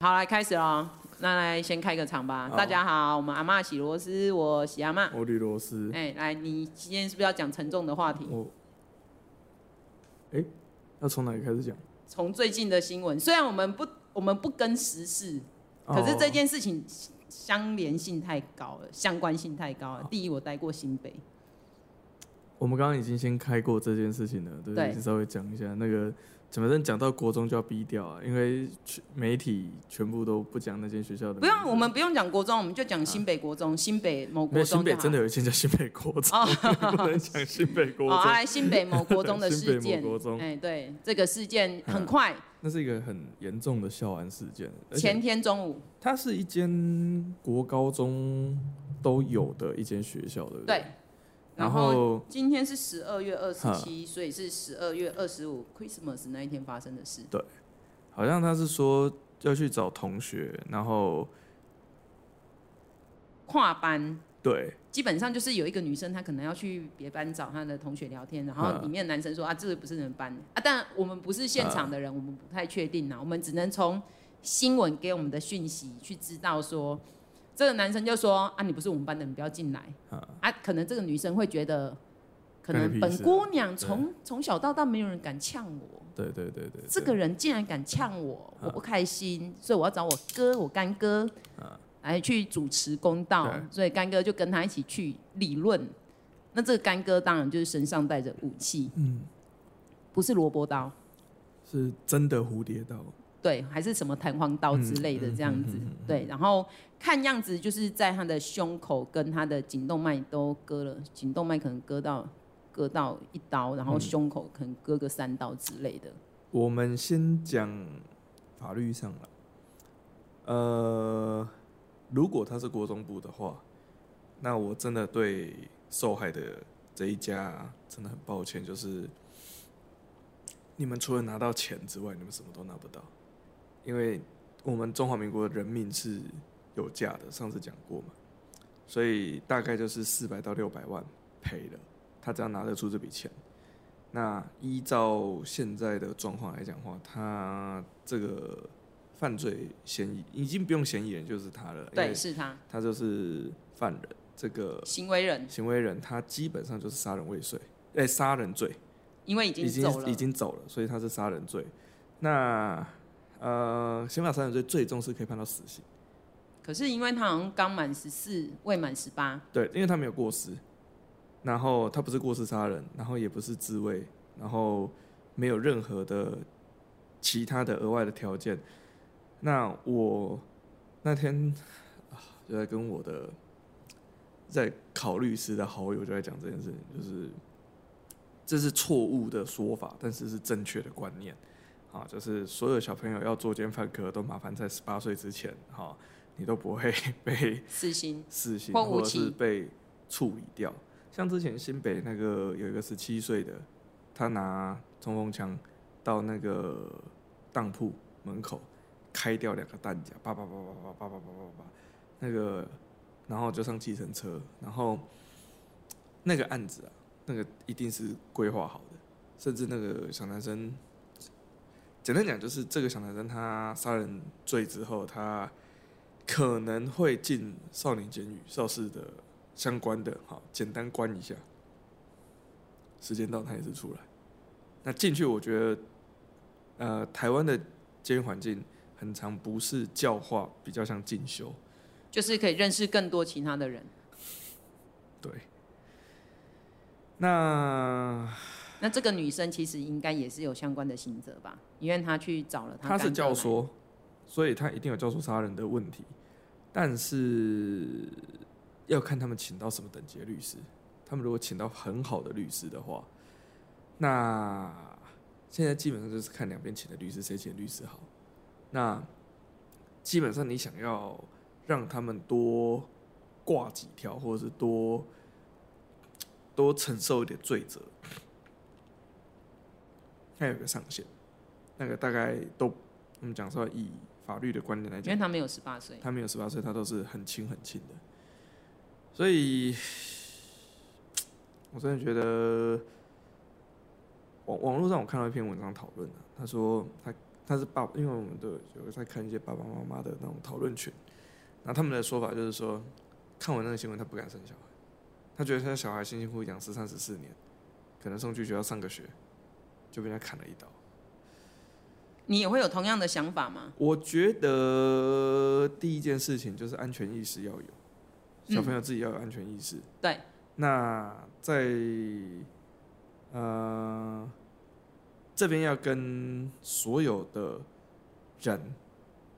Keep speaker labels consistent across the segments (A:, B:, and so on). A: 好，来开始喽。那来先开个场吧。
B: 好
A: 大家好，我们阿嬷洗螺丝，我洗阿嬷。
B: 欧律罗斯，
A: 哎、来，你今天是不是要讲沉重的话题？
B: 我，哎、要从哪里开始讲？
A: 从最近的新闻，虽然我们不我们不跟时事，
B: 哦
A: 可是这件事情相连性太高了，相关性太高了。第一，我待过新北，
B: 嗯哦我们刚刚已经先开过这件事情了，对，
A: 对
B: 先稍微讲一下那个，反正讲到国中就要逼掉啊，因为全媒体全部都不讲那间学校的名字，
A: 不用我们不用讲国中，我们就讲新北国中，新北某
B: 没
A: 国
B: 有
A: 中就好
B: 嗯新北真的有一间叫新北国中， 不能讲新北 国
A: 哦，
B: 中，
A: 啊来新北某国中的
B: 新北
A: 事
B: 某
A: 件
B: 国，中
A: 哎、对，这个事件很快，
B: 那是一个很严重的校安事件，而且
A: 前天中午，
B: 它是一间国高中都有的一间学校，对不
A: 对，
B: 然
A: 然
B: 后
A: 后今天是十二月二十七，所以是十二月二十五 Christmas 那一天发生的事。
B: 好像他是说要去找同学，然后
A: 跨班
B: 对，
A: 基本上就是有一个女生，她可能要去别班找她的同学聊天，然后
B: 嗯
A: 里面男生说啊，这个不是你们班的啊，但我们不是现场的人，我们不太确定啊啦，我们只能从新闻给我们的讯息去知道说，这个男生就说啊，你不是我们班的，你不要进来
B: 嗯
A: 啊，可能这个女生会觉得，可
B: 干你
A: 能
B: 屁
A: 本
B: 事啊
A: 姑娘从从小到大没有人敢呛我，
B: 对对对对，
A: 这个人竟然敢呛我，
B: 嗯
A: 我不开心，所以我要找我哥，我干哥，来去主持公道
B: 对。
A: 所以干哥就跟他一起去理论。那这个干哥当然就是身上带着武器，嗯，不是萝卜刀，
B: 是真的蝴蝶刀，
A: 对，还是什么弹簧刀之类的这样子，对。然后看样子就是在他的胸口跟他的颈动脉都割了，颈动脉可能割到割到一刀，然后胸口可能割个三刀之类的。
B: 我们先讲法律上了，呃，如果他是国中部的话，那我真的对受害的这一家真的很抱歉，就是你们除了拿到钱之外，你们什么都拿不到，因为我们中华民国的人民是有价的，上次讲过嘛，所以大概就是四百到六百万赔了，他只要拿得出这笔钱。那依照现在的状况来讲的话，他这个犯罪嫌疑已经不用嫌疑人就是他了，因为
A: 对，是他
B: 他就是犯人，这个
A: 行为人，
B: 行为人他基本上就是杀人未遂，哎、杀人罪
A: 因为已
B: 已
A: 经走
B: 经
A: 了，
B: 已经走了，所以他是杀人罪。那呃，刑法杀人罪最终是可以判到死刑，
A: 可是因为他好像刚满十四，未满十八，
B: 对，因为他没有过失，然后他不是过失杀人，然后也不是自卫，然后没有任何的其他的额外的条件。那我那天啊就在跟我的在考律师的好友就在讲这件事情，就是这是错误的说法，但是是正确的观念。啊，就是所有小朋友要作奸犯科，都麻烦在十八岁之前，哈、你都不会 被
A: 四星
B: 死刑
A: 或
B: 或
A: 无
B: 者是
A: 期
B: 被处理掉。像之前新北那个有一个十七岁的，他拿冲锋枪到那个当铺门口开掉两个弹夹，叭叭叭叭叭叭叭叭叭叭，那个然后就上计程车，然后那个案子啊，那个一定是规划好的，甚至那个小男生。简单讲，就是这个小男生他杀人罪之后，他可能会进少年监狱、少室的相关的，好，简单关一下。时间到，他也是出来。那进去，我觉得，呃，台湾的监狱环境很常不是教化，比较像进修。
A: 就是可以认识更多其他的人。
B: 对。那
A: 那这个女生其实应该也是有相关的刑责吧，因为她去找了她
B: 他
A: 干哥
B: 是
A: 来
B: 教，唆，所以他一定有教唆杀人的问题，但是要看他们请到什么等级的律师。他们如果请到很好的律师的话，那现在基本上就是看两边请的律师谁请的律师好。那基本上你想要让他们多挂几条，或者是多多承受一点罪责，它有个上限。那个大概都我们讲说以法律的观点来
A: 因
B: 讲
A: 为，她没有十八岁，
B: 他没有十八岁，他都是很轻很轻的。所以，我真的觉得网网络上我看到一篇文章讨论啊，他说他他是爸，因为我们都有有在看一些爸爸妈妈的那种讨论群，然后他们的说法就是说，看完那个新闻，他不敢生小孩，他觉得他小孩辛辛苦苦养十三十四年，可能送去学校上个学，就被人家砍了一刀。
A: 你也会有同样的想法吗？
B: 我觉得第一件事情就是安全意识要有，小朋友自己要有安全意识。
A: 嗯对，
B: 那在呃这边要跟所有的人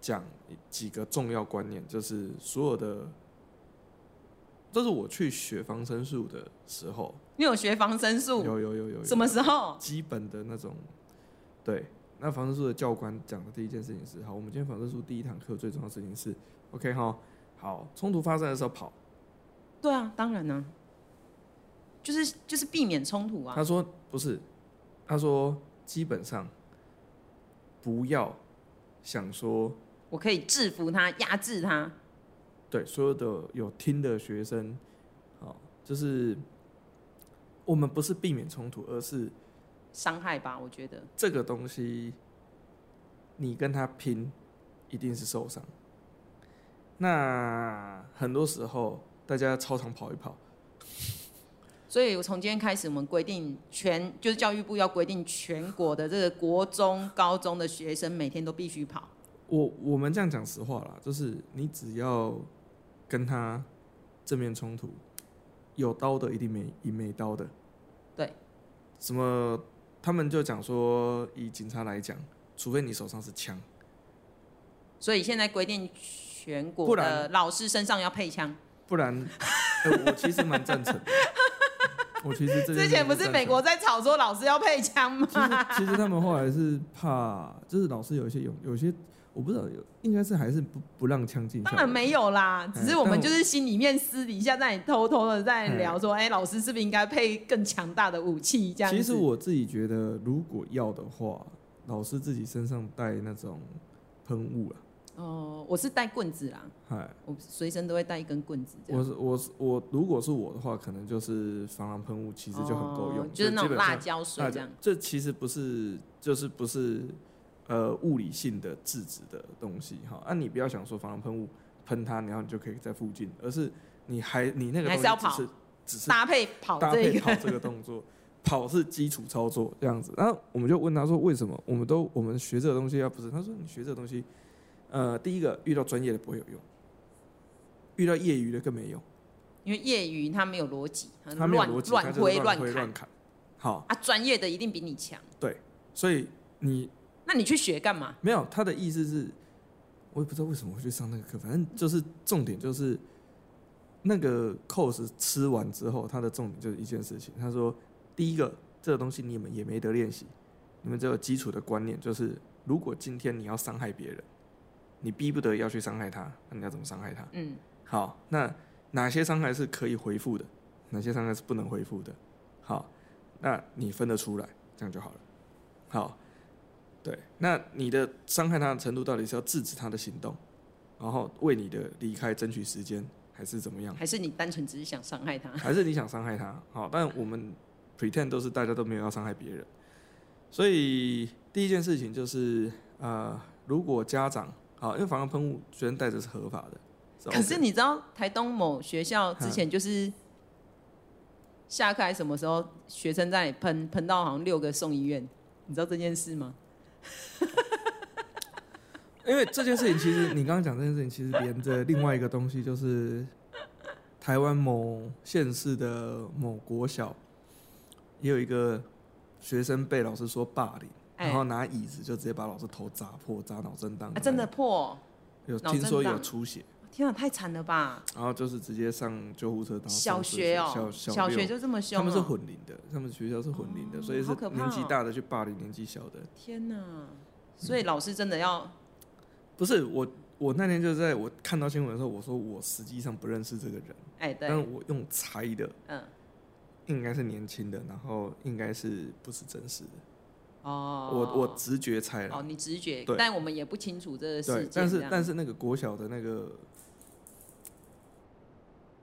B: 讲几个重要观念，就是所有的，这是我去学防身术的时候，
A: 你有学防身
B: 有
A: 术？
B: 有有有有
A: 什么时候？
B: 基本的那种，对。那防身术的教官讲的第一件事情是：好，我们今天防身术第一堂课最重要的事情是，OK 哈，好，冲突发生的时候跑。
A: 对啊，当然呢、就是就是避免冲突啊。
B: 他说不是，他说基本上不要想说，
A: 我可以制服他，压制他。
B: 对所有的有听的学生，好，就是我们不是避免冲突，而是
A: 伤害吧，我觉得。
B: 这个东西，你跟他拼，一定是受伤。那很多时候，大家操场跑一跑，
A: 所以从今天开始，我们规定全就是教育部要规定全国的这个国中、高中的学生每天都必须跑。
B: 我我们这样讲实话啦，就是你只要跟他正面冲突，有刀的一定没一没刀的。
A: 对。
B: 什么？他们就讲说，以警察来讲，除非你手上是枪，
A: 所以现在规定全
B: 不
A: 国的
B: 然
A: 老师身上要配枪。
B: 不然，呃我其实蛮 赞成的。我其实这件事
A: 之前不
B: 蛮赞
A: 是
B: 成
A: 美国在吵说老师要配枪 吗？
B: 其实其实他们后来是怕，就是老师有一些有有些我不知道有，应该是还是不不让枪进校
A: 当
B: 园。
A: 然没有啦，
B: 哎
A: 只是我
B: 但
A: 们
B: 我
A: 就是心里面私底下在那里偷偷的在
B: 嗯
A: 聊说，哎、老师是不是应该配更强大的武器这样子？
B: 其实我自己觉得，如果要的话，老师自己身上带那种喷雾啊，
A: 哦、我是带棍子啦，
B: 嗨，
A: 我随身都会带一根棍子这
B: 我
A: 样。
B: 是我是我，如果是我的话，可能就是防狼喷雾，其实就很够用，
A: 哦就是那
B: 基
A: 种
B: 本上
A: 辣椒水
B: 辣
A: 这
B: 椒
A: 样。
B: 这其实不是，就是不是呃物理性的制止的东西哈。啊，你不要想说防狼喷雾喷它，然后你就可以在附近，而是你还你那个
A: 你还是
B: 东西
A: 要
B: 只是只是
A: 搭配跑
B: 搭
A: 这
B: 配
A: 个，
B: 跑这个动作，跑是基础操作这样子。然后我们就问他说为什么我们都我们学这个东西要啊不是？他说你学这个东西，呃，第一个遇到专业的不会有用，遇到业余的更没用，
A: 因为业余他没有逻辑，他
B: 他没有
A: 嗯乱
B: 逻辑，他
A: 乱
B: 就是
A: 挥
B: 乱
A: 乱
B: 挥
A: 砍
B: 乱砍。好，
A: 啊，专业的一定比你强，
B: 所以你
A: 那你去学干嘛？
B: 没有，他的意思是，我也不知道为什么会去上那个课，反正就是重点就是那个 cos 吃完之后，他的重点就是一件事情，他说第一个这个东西你们也没得练习，你们只有基础的观念，就是如果今天你要伤害别人，你逼不得要去伤害他，那你要怎么伤害他？
A: 嗯，
B: 好，那哪些伤害是可以回复的，哪些伤害是不能回复的？好，那你分得出来，这样就好了。好，对，那你的伤害他的程度到底是要制止他的行动，然后为你的离开争取时间，还是怎么样？
A: 还是你单纯只是想伤害他？
B: 还是你想伤害他？好，但我们 pretend 都是大家都没有要伤害别人，所以第一件事情就是，呃，如果家长好，因为防狼喷雾学生带着是合法的，
A: 可
B: OK
A: 是
B: 的
A: 你知道台东某学校
B: 嗯
A: 之前就是下课还是什么时候，学生在那里喷喷到好像六个送医院，你知道这件事吗？
B: 因为这件事情，其实你刚刚讲这件事情，其实连着另外一个东西，就是台湾某县市的某国小，也有一个学生被老师说霸凌，
A: 哎
B: 然后拿椅子就直接把老师头砸破，砸脑震荡、
A: 啊，
B: 哎
A: 真的破哦、
B: 有
A: 脑震
B: 听说有
A: 荡
B: 出血，
A: 天啊，太惨了吧！
B: 然后就是直接上救护车。然后
A: 小
B: 送出
A: 学哦、
B: 小小
A: 小
B: 六
A: 学就这么
B: 他
A: 凶、
B: 们是
A: 哦。
B: 混龄的，他们学校是混龄的，
A: 哦
B: 所以是
A: 好可怕
B: 年纪
A: 哦
B: 大的去霸凌年纪小的。
A: 天哪！
B: 嗯
A: 所以老师真的要
B: 不是我，我那天就在我看到新闻的时候，我说我实际上不认识这个人。
A: 哎、
B: 但是
A: 对，
B: 我用猜的，
A: 嗯，
B: 应该是年轻的，然后应该是不是真实的，
A: 哦，
B: 我我直觉猜
A: 哦，
B: 了，
A: 你直觉
B: 对，
A: 但我们也不清楚这个事
B: 对
A: 件，。
B: 但
A: 这
B: 是
A: 样
B: 但是那个国小的那个，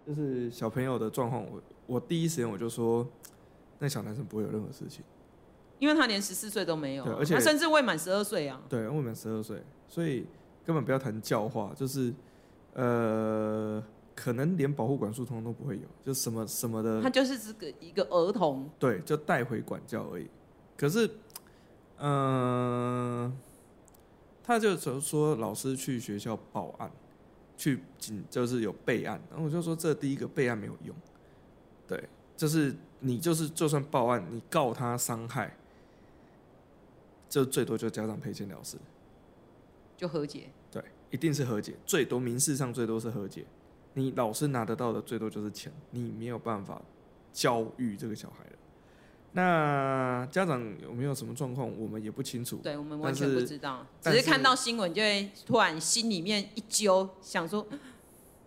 B: 就是小朋友的状况，我我第一时间我就说，那小男生不会有任何事情，
A: 因因为他连十四岁都没有啊、
B: 对而且
A: 他甚至未满十二岁啊。
B: 对，未满十二岁，所以根本不要谈教化，就是呃，可能连保护管束通通都不会有，就什么什么
A: 他
B: 的，
A: 就是这个一个儿童，
B: 对，就带回管教而已。可是，嗯、他就说说老师去学校报案，去警就是有备案，然后我就说这第一个备案没有用，对，就是你就是就算报案，你告他伤害，就最多就家长赔钱了事。
A: 就和解，
B: 对，一定是和解，最多民事上最多是和解。你老师拿得到的最多就是钱，你没有办法教育这个小孩了。那家长有没有什么状况，我们也不清楚。
A: 对我们
B: 嗯但
A: 完全不
B: 是
A: 知道，只
B: 但
A: 是
B: 是
A: 看到新闻就会突然心里面一揪，想说，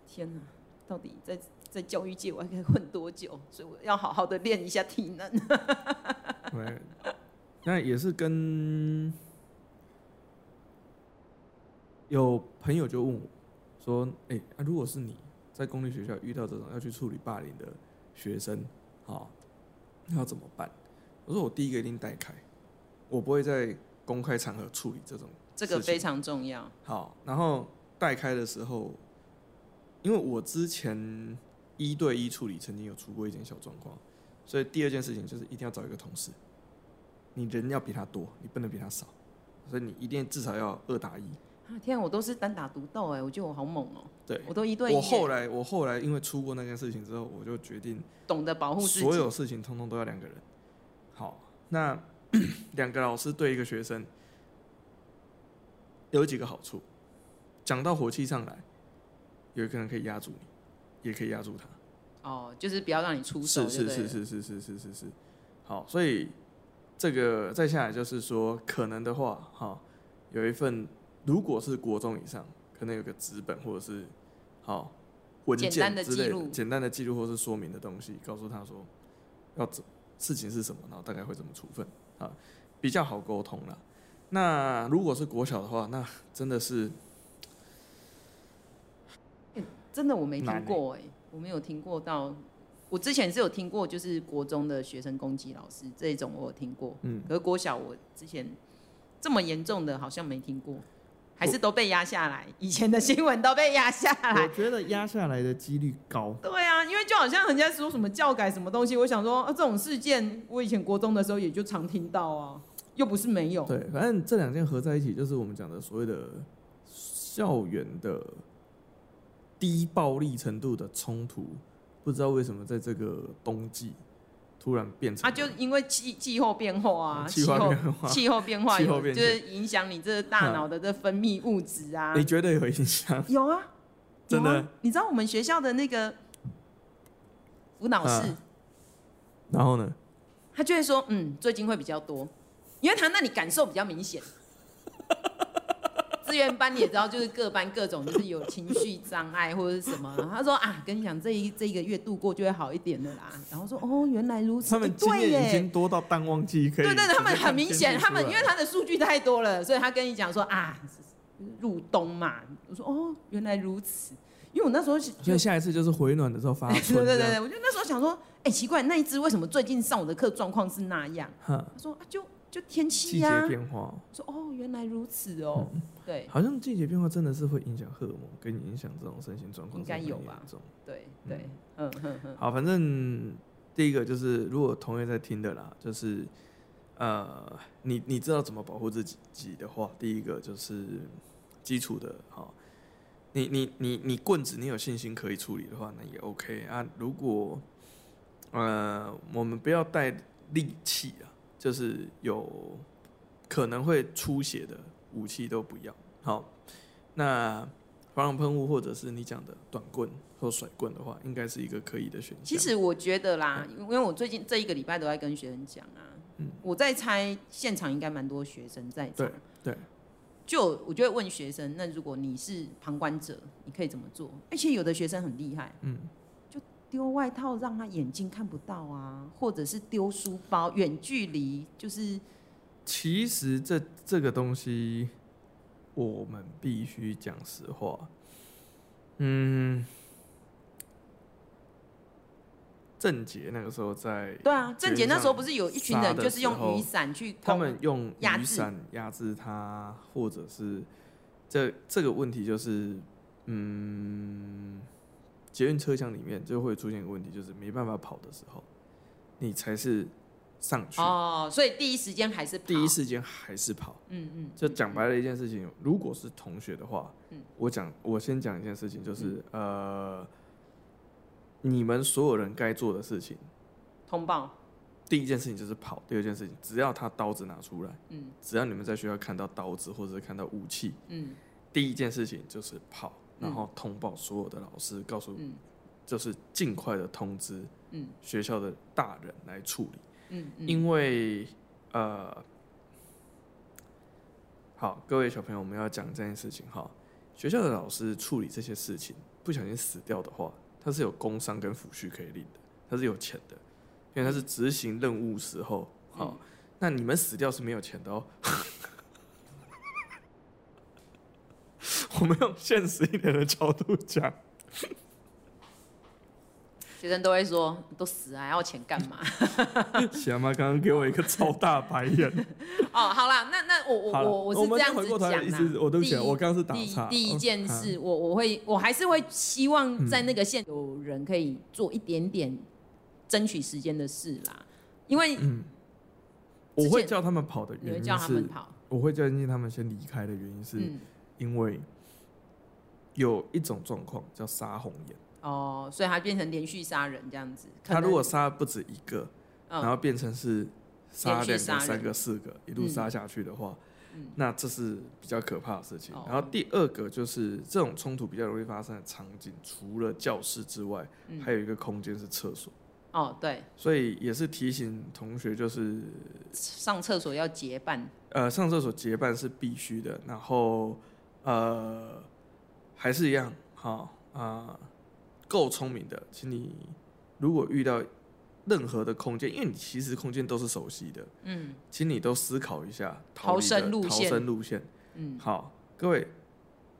A: 天哪，到底在在教育界我还可以混多久？所以我要好好的练一下体能。
B: 对，那也是跟有朋友就问我说：“哎、啊如果是你在公立学校遇到这种要去处理霸凌的学生，好、那要怎么办？”我说：“我第一个一定带开，我不会在公开场合处理这种
A: 这个
B: 事情
A: 非常重要。
B: 好，然后带开的时候，因为我之前一对一处理曾经有出过一件小状况，所以第二件事情就是一定要找一个同事，你人要比他多，你不能比他少，所以你一定至少要二打一。
A: 啊天啊，我都是单打独斗哎，我觉得我好猛哦、
B: 对，
A: 我都一对一耶，
B: 我后来我后来因为出过那件事情之后，我就决定
A: 懂得保护自己，
B: 所有事情通通都要两个人。好，那 两个老师对一个学生有几个好处，讲到火气上来，有一个人可以压住你，也可以压住他。
A: 哦，就是不要让你出手
B: 是
A: 就是对
B: 是
A: 了，
B: 是是是是是是。好，所以这个再下来就是说，可能的话，哈、有一份如果是国中以上，可能有个纸本或者是好、文件
A: 简单的
B: 之类
A: 记录
B: 简单的记录或是说明的东西，告诉他说要怎事情是什么，然后大概会怎么处分啊，比较好沟通啦。那如果是国小的话，那真的是
A: 真的我没
B: 难
A: 听
B: 欸
A: 过哎、我没有听过到，我之前是有听过，就是国中的学生攻击老师这种，我有听过，
B: 嗯，
A: 可是国小我之前这么严重的好像没听过，还是都被压下来，以前的新闻都被压下来
C: 我。觉得压下来的几率高。
A: 对啊，因为就好像人家说什么教改什么东西，我想说啊，这种事件我以前国中的时候也就常听到啊，又不是没有。
B: 对，反正这两件合在一起，就是我们讲的所谓的校园的低暴力程度的冲突。不知道为什么在这个冬季突然变成
A: 啊，就因为气气候变化啊，
B: 嗯
A: 气
B: 气
A: 候
B: 候变化
A: 气候变化
B: 气候
A: 有
B: 变
A: 就
B: 迁嗯
A: 是影响你这个大脑的这分泌物质啊
B: 你，觉得有影响？
A: 有啊，
B: 真的
A: 有啊你知道我们学校的那个辅导室，
B: 啊然后呢？
A: 他就会说，嗯，最近会比较多，因为他那里感受比较明 显。资源班你也知道，就是各班各种，就是有情绪障碍或者是什么。他说啊，跟你讲，这一这一个月度过就会好一点的啦。然后说哦，原来如此，
B: 他们经
A: 对
B: 验已
A: 耶
B: 经多到淡旺季可以
A: 对，
B: 直接
A: 但是
B: 看监视
A: 他
B: 出来。
A: 们很明显，他们因为他的数据太多了，所以他跟你讲说啊，入冬嘛。我说哦，原来如此。因为我那时候是
B: 所
A: 就
B: 以下一次就是回暖的时 候发
A: 对
B: 春
A: 对对
B: 这
A: 对，
B: 样。
A: 我就那时候想说，哎、奇怪，那一只为什么最近上我的课状况是那样？
B: 哈，
A: 他说啊，就就天气
B: 季
A: 呀、
B: 节变嗯化，
A: 我说哦，原来如此哦，对
B: 好像季节变化真的是会影响荷尔蒙，跟影响这种身心状况
A: 应该
B: 是很
A: 有
B: 严
A: 吧
B: 重
A: 对对，嗯哼哼，
B: 好，反正第一个就是，如果同业在听的啦，就是呃，你你知道怎么保护自己的话，第一个就是基础的哈、哦你你你你棍子，你有信心可以处理的话，那也 OK 啊。如果呃，我们不要带利器啊，就是有可能会出血的武器都不要。好，那防狼喷雾或者是你讲的短棍或甩棍的话，应该是一个可以的选项。
A: 其实我觉得啦，
B: 嗯
A: 因为我最近这一个礼拜都在跟学生讲啊，我在猜现场应该蛮多学生在场
B: 对，对，
A: 就我就会问学生，那如果你是旁观者，你可以怎么做？而且有的学生很厉害，
B: 嗯，
A: 就丢外套让他眼睛看不到啊，或者是丢书包，远距离就是
B: 其实这这个东西，我们必须讲实话。嗯，郑杰那个时候在，
A: 对啊，郑杰那时候不是有一群
B: 杀
A: 人
B: 的
A: 就是
B: 时候
A: 用雨伞去
B: 他
A: 攻
B: 们用
A: 压
B: 雨
A: 制
B: 伞压制他，或者是这这个问题就是，嗯，捷运车厢里面就会出现一个问题，就是没办法跑的时候，你才是上去，
A: 哦，所以第一时间还是跑
B: 第一，时间还是跑。
A: 嗯嗯，
B: 就讲白了一件事情，如果是同学的话，
A: 嗯
B: 我讲我先讲一件事情，就是、呃，你们所有人该做的事情，
A: 通报，
B: 第一件事情就是跑，第二件事情，只要他刀子拿出来，
A: 嗯
B: 只要你们在学校看到刀子或者是看到武器，
A: 嗯
B: 第一件事情就是跑，
A: 嗯
B: 然后通报所有的老师，告诉
A: 嗯
B: 就是尽快的通知
A: 嗯
B: 学校的大人来处理。
A: 嗯嗯，
B: 因为呃，好，各位小朋友，我们要讲这件事情哈。学校的老师处理这些事情，不小心死掉的话，他是有工伤跟抚恤可以领的，他是有钱的，因为他是执行任务时候。好，
A: 嗯
B: 那你们死掉是没有钱的哦。 我们用现实一点的角 度讲，
A: 学生都会说都死了还要钱干 嘛？
B: 小妈刚刚给我一个超大白眼。
A: 哦，好啦，那那我
B: 好了
A: 我我是
B: 我们
A: 这样
B: 回过
A: 子
B: 头
A: 讲
B: 来，意思是
A: 啦。
B: 我对不起啊，
A: 第一
B: 我刚刚是打
A: 第一
B: 岔。
A: 第一件
B: 嗯
A: 事，我我会我还是会希望在那个线有人可以做一点点争取时间的事啦，因为
B: 嗯我
A: 之
B: 会
A: 前
B: 叫他们跑的
A: 你
B: 原
A: 会
B: 因
A: 叫他
B: 是
A: 们，跑，
B: 我会叫进他们先离开的原因是
A: 嗯，
B: 因为有一种状况叫杀红眼，
A: 哦，所以他变成连续杀人这样子。可
B: 他如
A: 能
B: 果杀不止一个，
A: 嗯
B: 然后变成是杀
A: 连续
B: 两个、
A: 杀人
B: 三个、四个，一路
A: 嗯
B: 杀下去的话，
A: 嗯
B: 那这是比较可怕的事情
A: 哦。
B: 然后第二个就是这种冲突比较容易发生的场景，除了教室之外，
A: 嗯
B: 还有一个空间是厕所，
A: 哦，对，
B: 所以也是提醒同学就是
A: 上厕所要结伴，
B: 呃，上厕所结伴是必须的，然后呃，还是一样，好啊，够、聪明的，请你如果遇到任何的空间，因为你其实空间都是熟悉的，
A: 嗯
B: 请你都思考一下
A: 逃
B: 离的
A: 生路
B: 逃
A: 线
B: 生路线。
A: 嗯
B: 好，各位，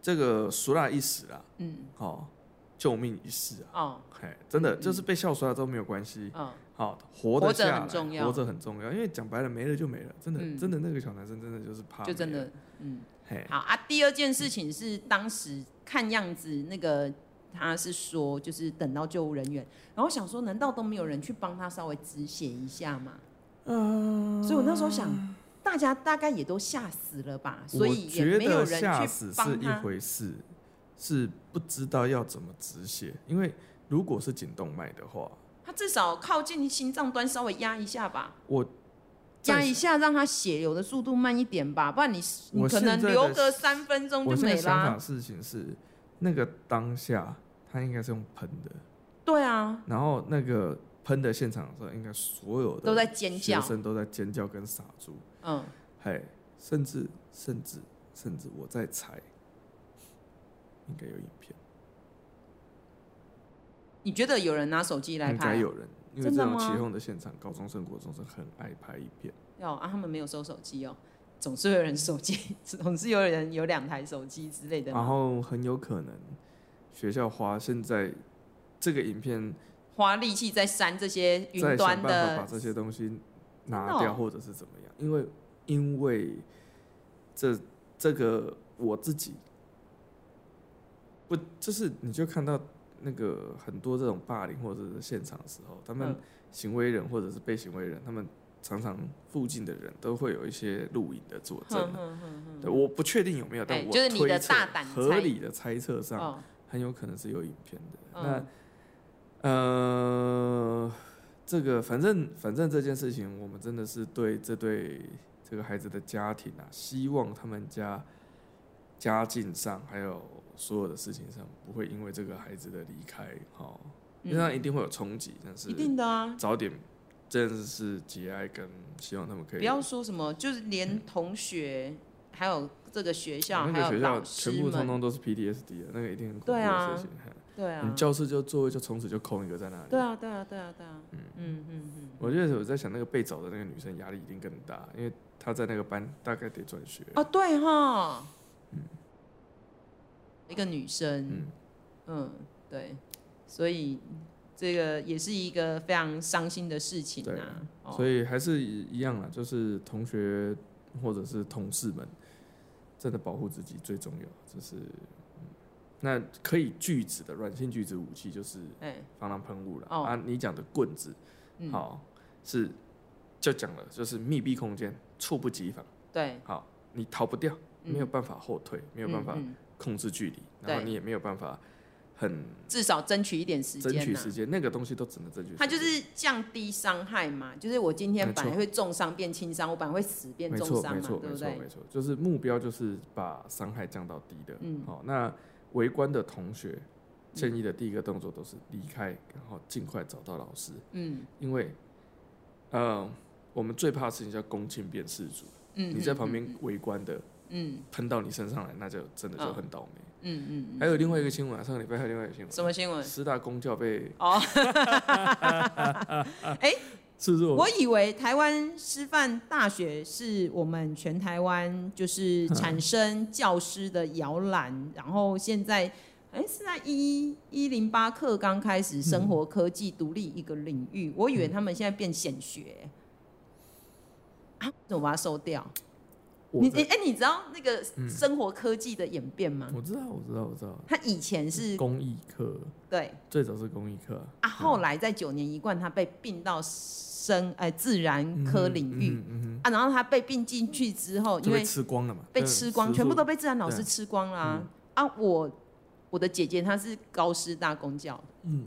B: 这个俗辣一时啊，
A: 嗯，
B: 好、救命一世啊，
A: 哦，
B: 嘿，真的
A: 嗯
B: 就是被笑啊出来都没有关系，
A: 嗯，
B: 好，活
A: 活
B: 得
A: 着
B: 下
A: 很
B: 来
A: 重要
B: 活着很重要，因为讲白了没了就没了，真的，
A: 嗯
B: 真的那个小男生真的就是怕，
A: 就真，的，嗯，
B: 嘿，
A: 好啊。第二件事情是，当时看样子那个他是说，就是等到救护人员，然后想说，难道都没有人去帮他稍微止血一下吗？嗯，所以我那时候想，大家大概也都吓死了吧，所
B: 我
A: 以也
B: 觉
A: 没有
B: 得
A: 人
B: 吓
A: 去
B: 死是
A: 帮
B: 一
A: 他。
B: 回事，是不知道要怎么止血，因为如果是颈动脉的话，
A: 他至少靠近心脏端稍微压一下吧。
B: 我
A: 加
B: 暂
A: 一
B: 时
A: 下，让它血流的速度慢一点吧，不然你你
B: 我
A: 可
B: 现
A: 能
B: 在
A: 留
B: 的
A: 个三分钟
B: 我
A: 就
B: 现在
A: 没
B: 想法
A: 啦
B: 的。事情是，那个当下他应该是用喷的，
A: 对啊，
B: 然后那个喷的现场的时候，应该所有的
A: 都在尖
B: 学
A: 叫
B: 生都在尖叫跟傻住，
A: 嗯，
B: 嘿，甚至甚至甚至我在猜，应该有影片，
A: 你觉得有人拿手机来
B: 应该
A: 拍？啊
B: 有人，因为
A: 真
B: 这
A: 的
B: 种起
A: 吗
B: 哄的现场，高中生、国中生很爱拍影片。
A: 要啊，他们没有收手机哦，总是会有人手机， 总是有人有两台手机之类的嘛。
B: 然后很有可能学校花现在这个影片
A: 花力气在删这些
B: 再
A: 云
B: 想
A: 端
B: 办法把
A: 的，
B: 这些东西
A: 真
B: 拿
A: 的
B: 掉，
A: 哦
B: 或者是怎么样，因为因为这这个我自己不就是你就看到那个很多这种霸凌或者是现场的时候，他们
A: 嗯
B: 行为人或者是被行为人，他们常常附近的人都会有一些录影的佐证
A: 哼
B: 啊。
A: 哼哼
B: 对，我不确定有没有，但
A: 哎
B: 我
A: 就是你的
B: 推测
A: 大胆
B: 合
A: 猜
B: 理的猜测
A: 哼，
B: 上，
A: 哦，
B: 很有可能是有影片的。
A: 嗯
B: 那呃，这个反正反正这件事情，我们真的是对这对这个孩子的家庭啊，希望他们家家境上还有所有的事情上，不会因为这个孩子的离开，哦，因为他一定会有冲击，但是
A: 嗯一定的啊，
B: 早点真的是节哀，跟希望他们可以
A: 不要说什么，就是连同学，还有这个学校，
B: 那
A: 还
B: 个
A: 有
B: 学校
A: 老师
B: 全部通
A: 们，
B: 通都是 PTSD 的，那个一定很恐怖
A: 对啊
B: 的事情。嘿
A: 对啊
B: 你，教室就座位就从此就空一个在那里。
A: 对啊，对啊，对啊，对啊，嗯嗯嗯嗯。
B: 我觉得我在想，那个被找的那个女生压力一定更大，因为她在那个班大概得转学。
A: 啊，对哈，一个女生，
B: 嗯
A: 嗯，对，所以这个也是一个非常伤心的事情
B: 对
A: 啊。哦、
B: 所以还是一样啦，就是同学或者是同事们，真的保护自己最重要。就是，嗯、那可以锯子的软性锯子武器就是
A: 哎、
B: 防狼喷雾了、
A: 哦
B: 啊。你讲的棍子，
A: 嗯
B: 好是就讲了，就是密闭空间，猝不及防。
A: 对，
B: 好，你逃不掉，
A: 嗯
B: 没有办法后退，没有办法
A: 嗯嗯
B: 控制距离，
A: 对
B: 然后你也没有办法很
A: 至少争取一点时
B: 争
A: 间、呐。
B: 取时间，那个东西都只能争取时间。
A: 它就是降低伤害嘛，就是我今天
B: 没错
A: 本来会重伤变轻伤，我本来会死变
B: 没
A: 重
B: 错，
A: 伤
B: 没
A: 嘛
B: 错，，
A: 对
B: 没
A: 不
B: 错，
A: 对
B: 没？错，就是目标就是把伤害降到低的。
A: 嗯
B: 好、那围观的同学建议的第一个动作都是离开，然后尽快找到老师，
A: 嗯
B: 因为，呃，我们最怕的事情叫公亲变事主，
A: 嗯，
B: 你在
A: 嗯
B: 旁边，围观的
A: 嗯
B: 喷到你身上来，那就真的就
A: 嗯
B: 很倒霉。
A: 嗯嗯嗯嗯，
B: 还有另外一个新闻、啊，上个礼拜还有另外一个新闻，
A: 什么新闻？
B: 师大公教被
A: 哦，
B: 是不是我
A: 我以为台湾师范大学是我们全台湾就是产生教师的摇篮，然后现在。哎，是在一一零八课刚开始，生活科技独立一个领
B: 嗯
A: 域，我以为他们现在变显学，啊，怎么把它收掉？你
B: 我
A: 你
B: 在嗯
A: 哎、你知道那个生活科技的演变吗？
B: 我知道，我知道，我知道，
A: 它以前是
B: 公益课
A: 对
B: 最早是公益课
A: 啊，后来在九年一贯，它被并到生哎、自然科领域、
B: 嗯嗯嗯嗯
A: 啊，然后它被并进去之后，
B: 就
A: 哦因
B: 被
A: 为
B: 吃光了嘛，
A: 被
B: 嗯
A: 吃光，
B: 食
A: 全部
B: 宿
A: 都被自然老
B: 对嗯
A: 师吃光啦、啊我我的姐姐她是高师大公教，
B: 嗯，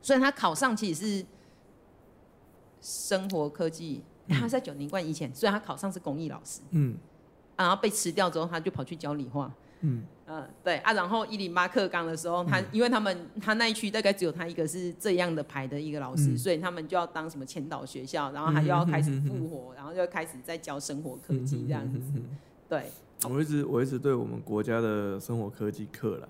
A: 所以她考上其实是生活科技，她在九年一贯以前，所以她考上是公益老师。
B: 嗯
A: 啊然后被辞掉之后，他就跑去教理化。
B: 嗯
A: 呃，对啊，然后一零八课纲的时候，他、因为他们他那一区大概只有他一个是这样的牌的一个老师，
B: 嗯
A: 所以他们就要当什么前导学校，然后他又要开始复活，然后就开始在教生活科
B: 嗯
A: 技这样子。对，
B: 我一直我一直对我们国家的生活科技课啦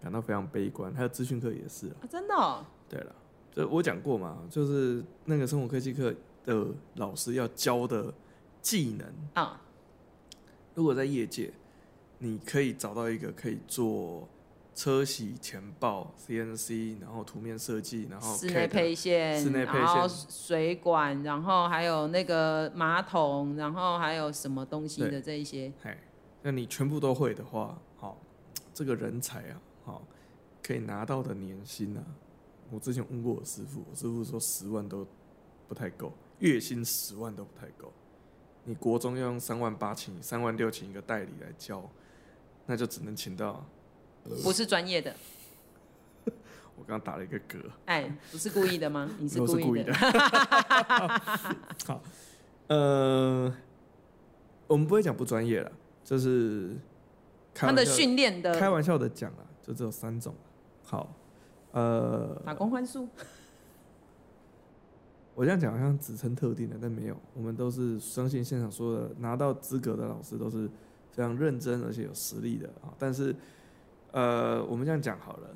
B: 感到非常悲观，还有资讯课也是啦。
A: 啊、真的、哦，
B: 对了，就我讲过嘛，就是那个生活科技课的老师要教的技能，
A: 啊，
B: 如果在业界，你可以找到一个可以做车铣、前报、CNC，然后图面设计，然后
A: 室内
B: CAD
A: 配线，
B: 室内配线
A: 然后水管，然后还有那个马桶，然后还有什么东西的这一些，
B: 嘿，那你全部都会的话，好、这个人才啊，好、可以拿到的年薪啊，我之前问过我师傅，我师傅说十万都不太够，月薪十万都不太够。你国中要用三万八请三万六请一个代理来教，那就只能请到
A: 不是专业的，
B: 我刚刚打了一个嗝，
A: 哎，不是故意的 吗？你是
B: 我是
A: 故
B: 故
A: 意
B: 意
A: 的
B: 的。。好，呃，我们不会讲不专业了，就是开
A: 他的
B: 玩笑
A: 训练
B: 开
A: 的
B: 玩笑的讲啦，就只有三种。啊好，呃，
A: 法官幻术，
B: 我这样讲好像指称特定的，但没有，我们都是相信现场说的，拿到资格的老师都是非常认真而且有实力的啊。但是，呃，我们这样讲好了，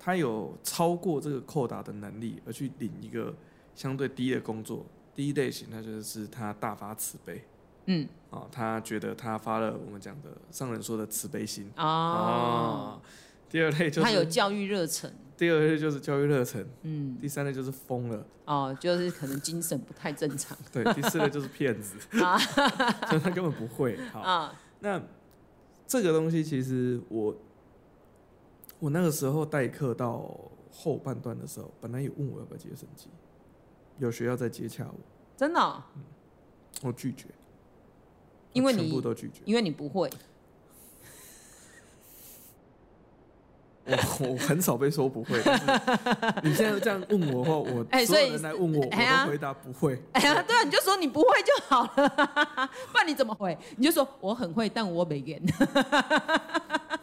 B: 他有超过这个扣打的能力，而去领一个相对低的工作。第一类型，那就是他大发慈悲
A: 嗯，
B: 啊、他觉得他发了我们讲的上人说的慈悲心
A: 哦，
B: 啊第二类就是
A: 他有教育热忱，
B: 第二类就是教育热忱，
A: 嗯，
B: 第三类就是疯 了，
A: 哦，就是可能精神不太正常
B: 对，第四类就是骗子，
A: 啊
B: 所以他根本不会。好，
A: 啊，
B: 那这个东西其实我我那个时候代课到后半段的时候，本来有问我要不要接生机，有学校在接洽我，
A: 真的哦，
B: 我拒绝，
A: 因为
B: 我全
A: 你
B: 部都拒绝，
A: 因为你不会，
B: 我我很少被说不会。但 是你现在这样问我的话，我
A: 哎
B: 所
A: 所以
B: 有人来问我，我
A: 哎呀
B: 都回答不会。
A: 哎呀，对啊，你就说你不会就好了， 不然你怎么会？你就说我很会，但我没演，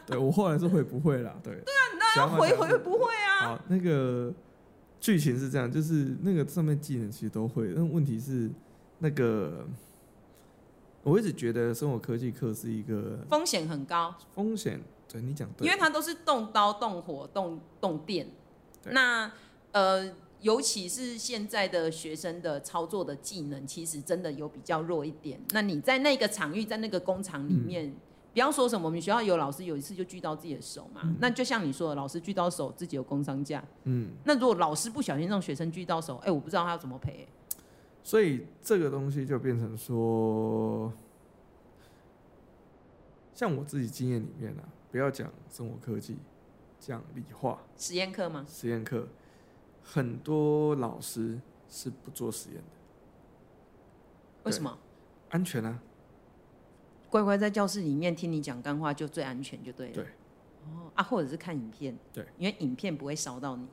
B: 对我后来是回不会啦，对。对啊，
A: 那要 回回不会 啊，
B: 好，那个剧情是这样，就是那个上面技能其实都会，但问题是那个我一直觉得生活科技课是一个
A: 风险很高，
B: 风险，对你讲对，
A: 因为它都是动刀、动火、动动电。
B: 对
A: 那呃，尤其是现在的学生的操作
B: 嗯
A: 的技能，其实真的有比较弱一点。那你在那个场域，在那个工厂里面，不要说什么，我们学校有老师有一次就锯到自己的手嘛，那就像你说的，老师锯到手，自己有工伤假。
B: 嗯，
A: 那如果老师不小心让学生锯到手，哎、我不知道他要怎么赔、哎
B: 所以这个东西就变成说，像我自己经验里面啊，不要讲生活科技，讲理化
A: 实验课吗？
B: 实验课，很多老师是不做实验的，
A: 为什么？
B: 安全啊，
A: 乖乖在教室里面听你讲干话就最安全，就对了。
B: 对。
A: 哦啊，或者是看影片。
B: 对。
A: 因为影片不会烧到你。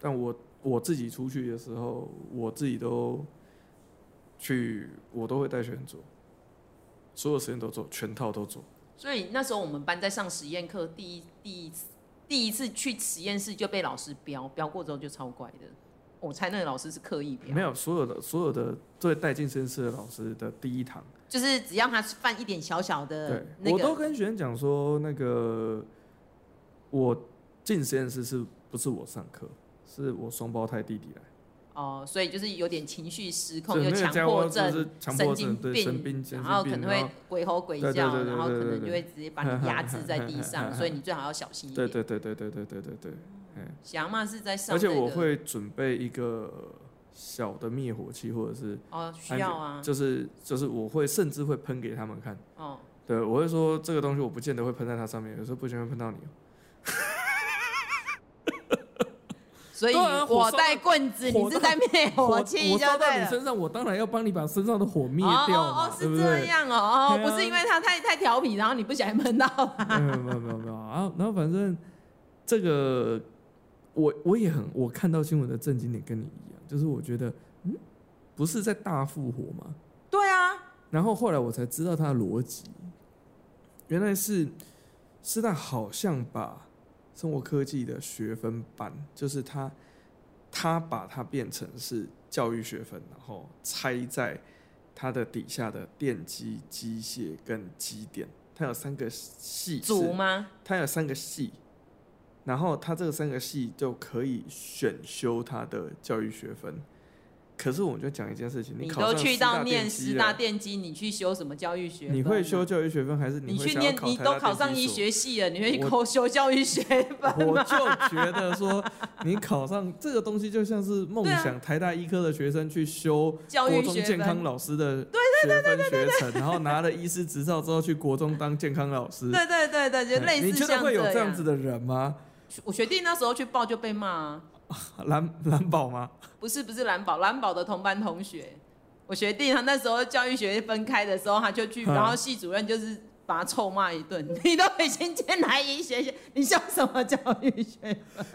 B: 但我我自己出去的时候，我自己都去，我都会带学生做，所有实验都做，全套都做。
A: 所以那时候我们班在上实验课，第一第一次第一次去实验室就被老师标标过之后就超乖的。我猜那个老师是刻意标
B: 没，有所有的所有的对带进实验室的老师的第一堂，
A: 就是只要他犯一点小小的呃那
B: 对我都
A: 个，
B: 跟学生讲说，那个我进实验室是不是我上课，是我双胞胎弟弟来。
A: 哦，所以就是有点情绪失控，
B: 是
A: 有
B: 那个
A: 强
B: 家
A: 迫
B: 伙
A: 症
B: 就、是强
A: 神
B: 迫
A: 经
B: 症，对
A: 病，
B: 神经神
A: 然
B: 经
A: 后可
B: 病，
A: 能
B: 然后
A: 会鬼吼鬼
B: 对对
A: 叫，
B: 对对
A: 然后可
B: 对对
A: 能就
B: 对
A: 会直接把你压制在地 上，所以你最好要小心一
B: 对
A: 点。
B: 对对对对对对对对，哎
A: 小妈是在上、
B: 而
A: 那
B: 且
A: 个，
B: 我会准备一个小的灭火器，或者是
A: 哦，需要啊，
B: 就是就是我会甚至会喷给他们看。
A: 哦，
B: 对，我会说这个东西我不见得会喷在它上面，有时候不小心会喷到你哦。
A: 所以
B: 对啊火
A: 我
B: 烧
A: 带
B: 到
A: 棍子，
B: 火
A: 你是
B: 到
A: 在灭火器
B: 我
A: 就
B: 烧到
A: 对
B: 你
A: 了。
B: 身上，我当然要帮你把身上的火灭掉嘛，
A: 哦哦哦，
B: 对不
A: 是这
B: 对？
A: 样哦，哦，
B: 对啊
A: 不是因为他太太调皮，然后你不小心喷到他。
B: 没有没有没有没有啊，然后反正这个我我也很我看到新闻的震惊点跟你一样，就是我觉得嗯，不是在大复活吗？
A: 对啊，
B: 然后后来我才知道他的逻辑，原来是师大好像把生活科技的学分班，就是他他把它变成是教育学分，然后拆在它的底下的电机、机械跟机电，它有三个系是
A: 组吗？
B: 它有三个系，然后它这个三个系就可以选修它的教育学分。可是我就讲一件事情，
A: 你
B: 考
A: 都
B: 上
A: 去
B: 师大
A: 到念
B: 电机
A: 师
B: 了
A: 大电机，你去修什么教育学？啊
B: 你会修？教育学分还是
A: 你
B: 会
A: 去
B: 想要
A: 念，
B: 考
A: 你
B: 台
A: 都
B: 大
A: 考上
B: 电机
A: 医
B: 所？
A: 学系了，你会去
B: 我
A: 抠修教育学 分
B: 我
A: 吗？
B: 就觉得说，你考上这个东西就像是梦
A: 对啊
B: 想台大医科的学生去修
A: 教
B: 国
A: 育
B: 中
A: 学
B: 健康
A: 分。
B: 老师的学分学程，然后拿了医师执照之后去国中当健康老师。
A: 对对对对，就类
B: 哎你
A: 似
B: 觉得
A: 像
B: 会有这样
A: 样。
B: 子的人吗？
A: 我学弟那时候去报就被骂啊，
B: 蓝 蓝宝吗？
A: 不是不是蓝宝，蓝宝的同班同学。我学弟他那时候教育学分开的时候，他就去，
B: 嗯
A: 然后系主任就是把他臭骂一 顿。你都已经进来医学系，你修什么教育学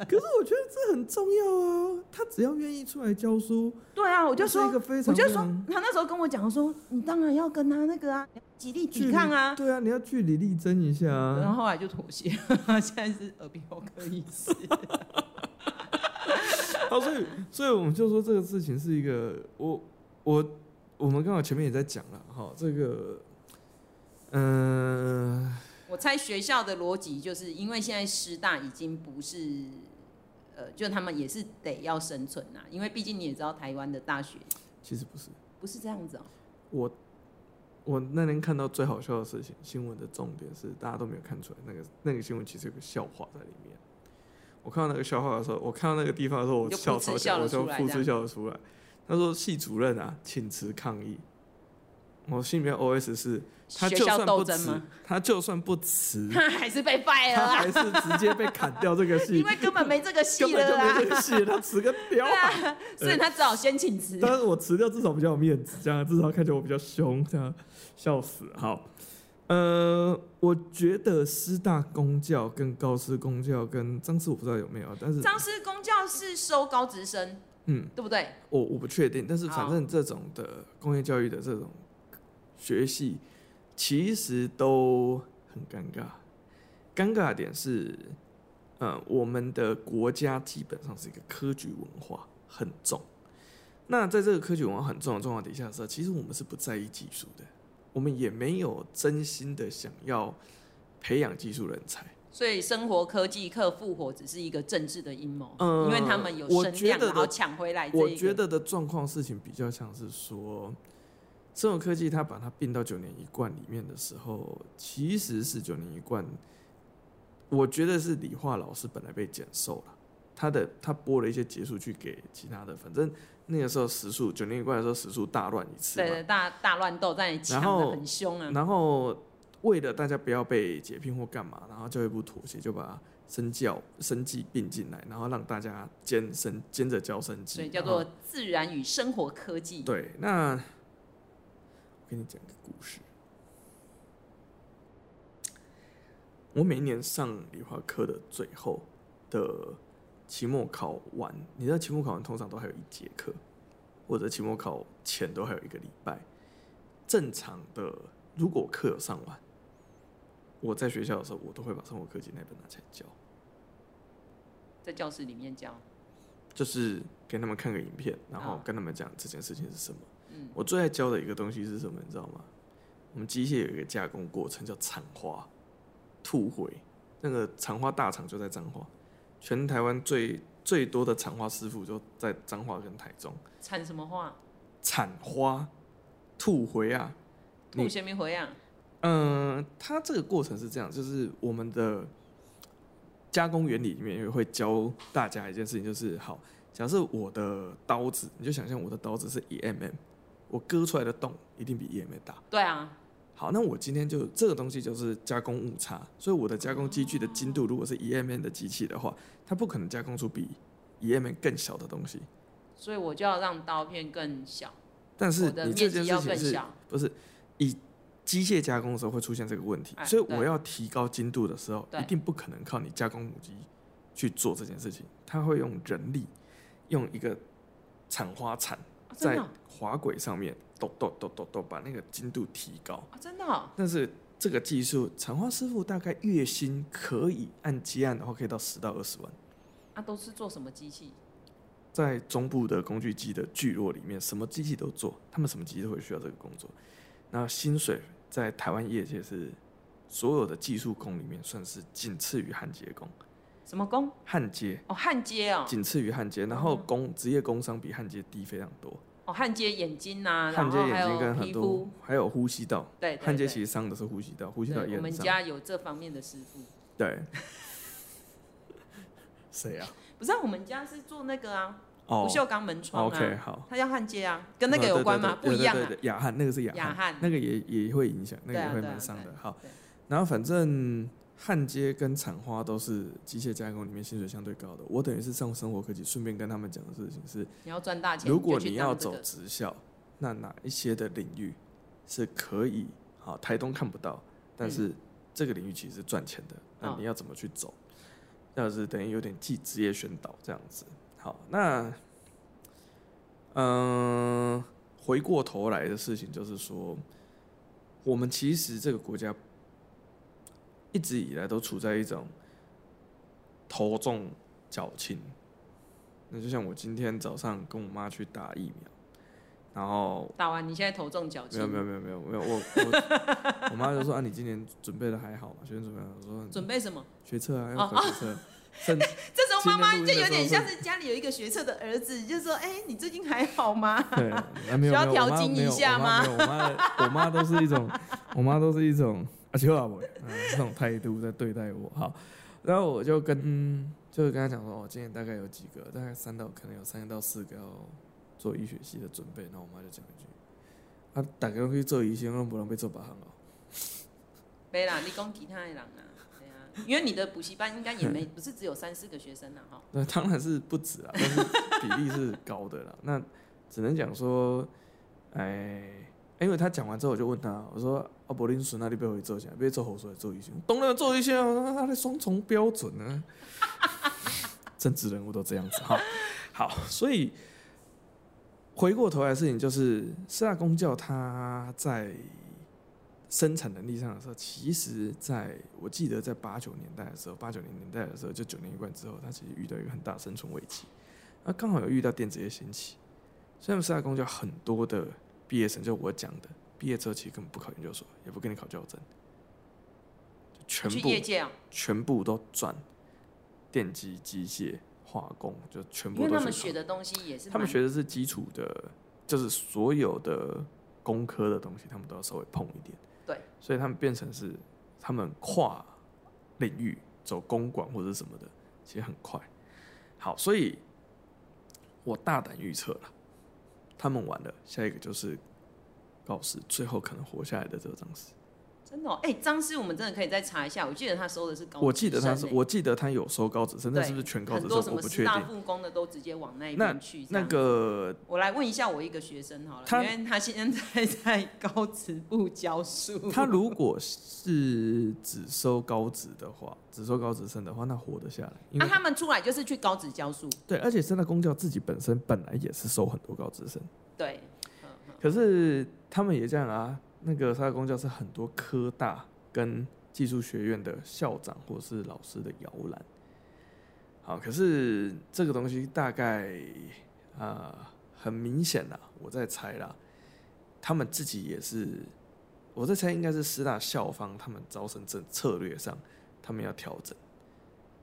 B: 可是我觉得这很重要啊，他只要愿意出来教书，
A: 对啊，我就
B: 这是
A: 说
B: 一，个非
A: 我
B: 常
A: 就
B: 非
A: 说，
B: 常
A: 他那时候跟我讲说，你当然要跟他那个啊，极力
B: 据
A: 抵
B: 理
A: 抗啊。
B: 对啊，你要据理力争一下啊。
A: 然后后来就妥协， 现在是耳鼻喉科医师。
B: 好，所以所以我们就说这个事情是一个，我我我们刚好前面也在讲了哈，这个，嗯、
A: 我猜学校的逻辑就是因为现在师大已经不是，呃，就他们也是得要生存啊，因为毕竟你也知道台湾的大学
B: 其实不是，
A: 不是这样子哦、
B: 我我那天看到最好笑的事情，新闻的重点是大家都没有看出来，那个那个新闻其实有个笑话在里面。我看到那个笑话的时候，我看到那个地方的时候，我
A: 你就噗
B: 笑
A: 嗤
B: 超久
A: 笑了
B: 我就
A: 出来
B: 噗
A: 这
B: 嗤
A: 样
B: 笑了出来。他说系主任啊，请辞抗议。我心里面 OS 是，他
A: 学
B: 就
A: 校
B: 算
A: 斗
B: 不
A: 争
B: 辞
A: 吗？，
B: 他就算不辞，
A: 他还是被 fire 了
B: 他
A: 啊，
B: 还是直接被砍掉这个戏
A: 因，为根本没这个戏
B: 根本就
A: 了啊
B: 没这，个戏，他辞个 雕
A: 对
B: 啊！
A: 啊，所以他只好先请辞。
B: 但是我辞掉至少比较有面子，这样至少看起来我比较凶，这样笑死。好，呃，我觉得师大公教跟高师公教跟张师我不知道有没有，但是
A: 张师公教是收高职生，
B: 嗯，
A: 对不对？
B: 我我不确定，但是反
A: 好
B: 正这种的工业教育的这种学系，其实都很尴尬。尴尬的点是，呃，我们的国家基本上是一个科举文化很重。那在这个科举文化很重的状况底下的时候，其实我们是不在意技术的，我们也没有真心的想要培养技术人才。
A: 所以生活科技课复活只是一个政治的阴谋，
B: 嗯
A: 因为他们有
B: 我
A: 声
B: 觉
A: 量，
B: 得
A: 然后
B: 的
A: 抢回来这一个。
B: 我觉得的状况事情比较像是说，生活科技它把它并到九年一贯里面的时候，其实是九年一贯，我觉得是理化老师本来被减寿了，他的他拨了一些结束去给其他的，反正那个时候时速九年一贯的时候时速大乱一次嘛
A: 对，对，大大乱斗在那里抢
B: 然后
A: 的很凶啊，
B: 然后为了大家不要被解聘或干嘛，然后教育部妥协，就把生教生计并进来，然后让大家兼生兼着教生计，
A: 所以叫
B: 然
A: 做
B: 后
A: 自然与生活科技。
B: 嗯对。那我跟你讲个故事。我每一年上理化课的最后的期末考完，你知道期末考完通常都还有一节课，或者期末考前都还有一个礼拜。正常的，如果我课有上完，我在学校的时候，我都会把生活科技那本拿起来教，
A: 在教室里面教，
B: 就是给他们看个影片，然后
A: 嗯
B: 跟他们讲这件事情是什么。
A: 嗯，
B: 我最爱教的一个东西是什么，你知道吗？我们机械有一个加工过程叫产花，吐灰。那个产花大厂就在彰化，全台湾最最多的产花师傅就在彰化跟台中。
A: 产什么话？
B: 产花吐灰啊，你
A: 吐血没回啊？
B: 嗯，它这个过程是这样，就是我们的加工原理里面也会教大家一件事情，就是好，假设我的刀子，你就想象我的刀子是一 mm，我割出来的洞一定比一 mm 大。
A: 对啊，
B: 好，那我今天就这个东西就是加工误差，所以我的加工机具的精度如果是一 mm 的机器的话，它不可能加工出比一 mm 更小的东西。
A: 所以我就要让刀片更小，
B: 但是
A: 我的
B: 你
A: 面
B: 这件
A: 积要
B: 事
A: 更
B: 情是
A: 小。啊
B: 不是以机械加工的时候会出现这个问题？
A: 哎
B: 所以我
A: 对
B: 要提高精度的时候，
A: 对
B: 一定不可能靠你加工母机去做这件事情，它会用人力，用一个铲花铲
A: 啊真
B: 在
A: 的哦
B: 滑轨上面抖抖抖抖抖把那个精度提高。
A: 啊，真的哦
B: 但是这个技术，产花师傅大概月薪可以按接案的话，可以到十到二十万。
A: 啊，都是做什么机器？
B: 在中部的工具机的聚落里面，什么机器都做，他们什么机器都会需要这个工作。那薪水在台湾业界是所有的技术工里面算是仅次于焊接工，
A: 什么工？
B: 焊接
A: 哦，焊接哦，
B: 仅次于焊接，然后
A: 嗯
B: 工职业工伤比焊接低非常多，
A: 哦，焊接眼睛呐、啊，
B: 焊
A: 然
B: 接
A: 后还
B: 眼睛
A: 有
B: 跟
A: 皮
B: 很多
A: 肤，
B: 还有呼吸道，
A: 对对
B: 焊接
A: 对
B: 其实伤的是呼吸道，呼吸道
A: 对，
B: 也
A: 我们
B: 很伤。
A: 家有这方面的师傅，
B: 对， 谁啊？
A: 不是、啊、我们家是做那个啊，不
B: 哦
A: 锈钢门窗啊，
B: ，OK，好。
A: 它叫焊接啊，跟那个有关吗？
B: 对
A: 不
B: 对
A: 一样
B: 对
A: 啊
B: 对，对雅汉那个是雅
A: 雅
B: 汉
A: 汉，
B: 那个也也会影响，那个
A: 对
B: 也
A: 啊
B: 会
A: 对啊
B: 蛮伤的。好
A: 对，
B: 然后反正焊接跟产花都是机械加工里面薪水相对高的。我等于是上生活科技，顺便跟他们讲的事情是，
A: 你要赚大啊钱，
B: 如果
A: 就去
B: 你要
A: 当这
B: 走
A: 个
B: 直校，那哪一些的领域是可以？好，台东看不到，
A: 嗯
B: 但是这个领域其实是赚钱的，那
A: 哦
B: 你要怎么去走？那是等于有点既职业宣导这样子。好，那嗯、回过头来的事情就是说，我们其实这个国家一直以来都处在一种头重脚轻。那就像我今天早上跟我妈去打疫苗，然后
A: 打完，你现在头重脚
B: 没
A: 轻
B: 有，没有没有没有没有我我我 妈就说啊，你今年准备的还好吗？学生准备好，我说嗯
A: 准哦备什么？
B: 学测啊，要考学测，甚至
A: 这时候妈妈
B: 今
A: 就
B: 天录音的时候
A: 有点像是家里有一个学测的儿子，就说：“哎、你最近还好吗？”
B: 对，啊没
A: 需
B: 有
A: 要
B: 没有
A: 调
B: 我妈
A: 经一
B: 没有
A: 下
B: 我妈没有我妈的我妈都是 一种，我妈都是一种啊，秋老伯，嗯，这种态度在对待我。好，然后我就跟就是跟她讲说，哦，今年大概有几个，大概三到可能有三到四个要做医学系的准备。然后我妈就讲一句，啊，大家都去做医生，都不能被做别行哦。
A: 没啦，你讲其他的人啊，对啊，因为你的补习班应该也没不是只有三四个学生啦，啊哈，
B: 那当然是不止啦，但是比例是高的啦。那只能讲说，哎，因为他讲完之后，我就问他，我说：“啊，柏林孙那你不要回做啥？不要做后说做医生，当然要做医生啊！我说他的双重标准呢、啊，政治人物都这样子哈。好，所以回过头来的事情就是，四大公教它在生产能力上的时候，其实在我记得在八九年代的时候，八九零年代的时候，就九年一贯之后，它其实遇到一个很大的生存危机，那刚好有遇到电子业兴起，所以他们四啊大公教很多的毕业生，就我讲的，毕业之后其实根本不考研究所，也不跟你考教甄，就全
A: 去
B: 部
A: 业界啊、
B: 全部都转电机、机械、化工，就全
A: 因
B: 部
A: 为
B: 都
A: 他们
B: 去
A: 学的东西也是
B: 考他们
A: 蛮
B: 学的是基础的，就是所有的工科的东西，他们都要稍微碰一点。
A: 对，
B: 所以他们变成是他们跨领域走公管或者什么的，其实很快。好，所以我大胆预测了，他们完了，下一个就是高斯，最后可能活下来的这个张师。
A: 真的、哦，哎、张师我们真的可以再查一下，我记得他收的是高职生欸，
B: 我记得他是，我记得他有收高职生，但是不是全高职
A: 很多什
B: 生我
A: 么
B: 不
A: 师
B: 确
A: 大
B: 定。
A: 附工的都直接往那一
B: 那
A: 边去。这
B: 那
A: 样
B: 个
A: 我来问一下我一个学生好了，
B: 他
A: 因为他现在在高职部教书，
B: 他如果是只收高职的话，只收高职生的话，那活得下来，因为、
A: 啊，他们出来就是去高职教书，
B: 对，而且深大公教自己本身本来也是收很多高职生，
A: 对，嗯嗯
B: 可是他们也这样啊。那个深大公教是很多科大跟技术学院的校长或是老师的摇篮。好，可是这个东西大概啊、呃很明显啦，我在猜啦，他们自己也是，我在猜应该是师大校方他们招生政策略上，他们要调整，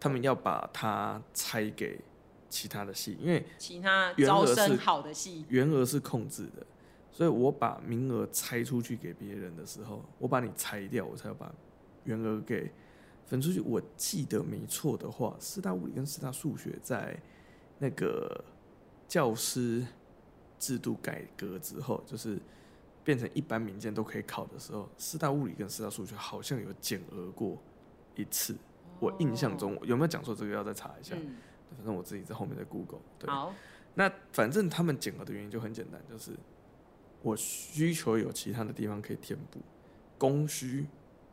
B: 他们要把它拆给其他的系，因为
A: 其他
B: 原
A: 招
B: 则是
A: 生好的系，
B: 员额是控制的，所以我把名额拆出去给别人的时候，我把你裁掉，我才要把员额给分出去。我记得没错的话，四大物理跟四大数学在那个教师制度改革之后，就是变成一般民间都可以考的时候，四大物理跟四大数学好像有减额过一次。我印象中有没有讲错？这个要再查一下。
A: 嗯，
B: 反正我自己在后面在 Google。对，
A: 好，
B: 那反正他们减额的原因就很简单，就是我需求有其他的地方可以填补，供需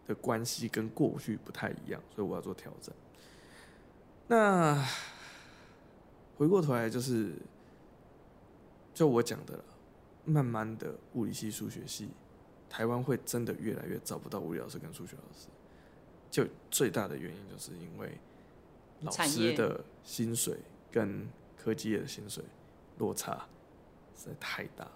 B: 的关系跟过去不太一样，所以我要做调整。那回过头来就是，就我讲的了，慢慢的物理系、数学系，台湾会真的越来越找不到物理老师跟数学老师，就最大的原因就是因为老
A: 产业
B: 师的薪水跟科技业的薪水落差实在太大了。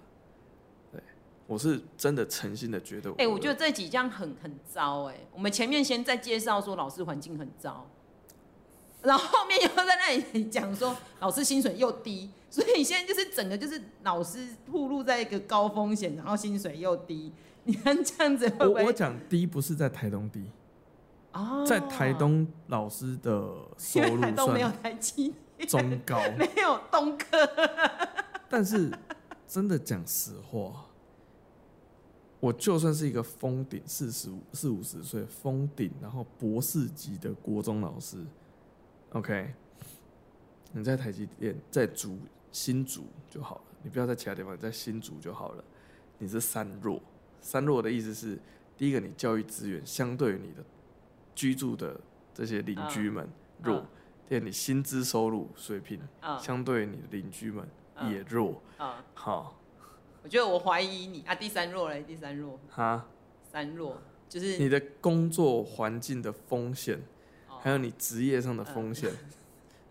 B: 对，我是真的诚心的觉得，
A: 哎、我觉得这几样很很糟哎、我们前面先在介绍说老师环境很糟，然后后面又在那里讲说 老师薪水又低，所以现在就是整个就是老师暴露在一个高风险，然后薪水又低，你看这样子会
B: 我
A: 不会
B: 我讲低不是在台东低，
A: 啊？
B: 在台东老师的收
A: 因为
B: 入
A: 台东没有
B: 算
A: 台积，
B: 中高，
A: 没有东科，
B: 但是真的讲实话，我就算是一个封顶四十五四五十岁封顶，然后博士级的国中老师，OK，你在台积电在竹新竹就好了，你不要在其他地方，你在新竹就好了。你是三弱，三弱的意思是，第一个你教育资源相对于你的居住的这些邻居们弱，
A: 嗯
B: 第二你薪资收入水平
A: 啊
B: 相对于你的邻居们
A: 嗯
B: 也弱，
A: 啊！
B: 好
A: 我觉得我怀疑你啊，第三弱嘞，第三弱，
B: 哈，
A: 三弱就是
B: 你的工作环境的风险，
A: 哦
B: 还有你职业上的风险，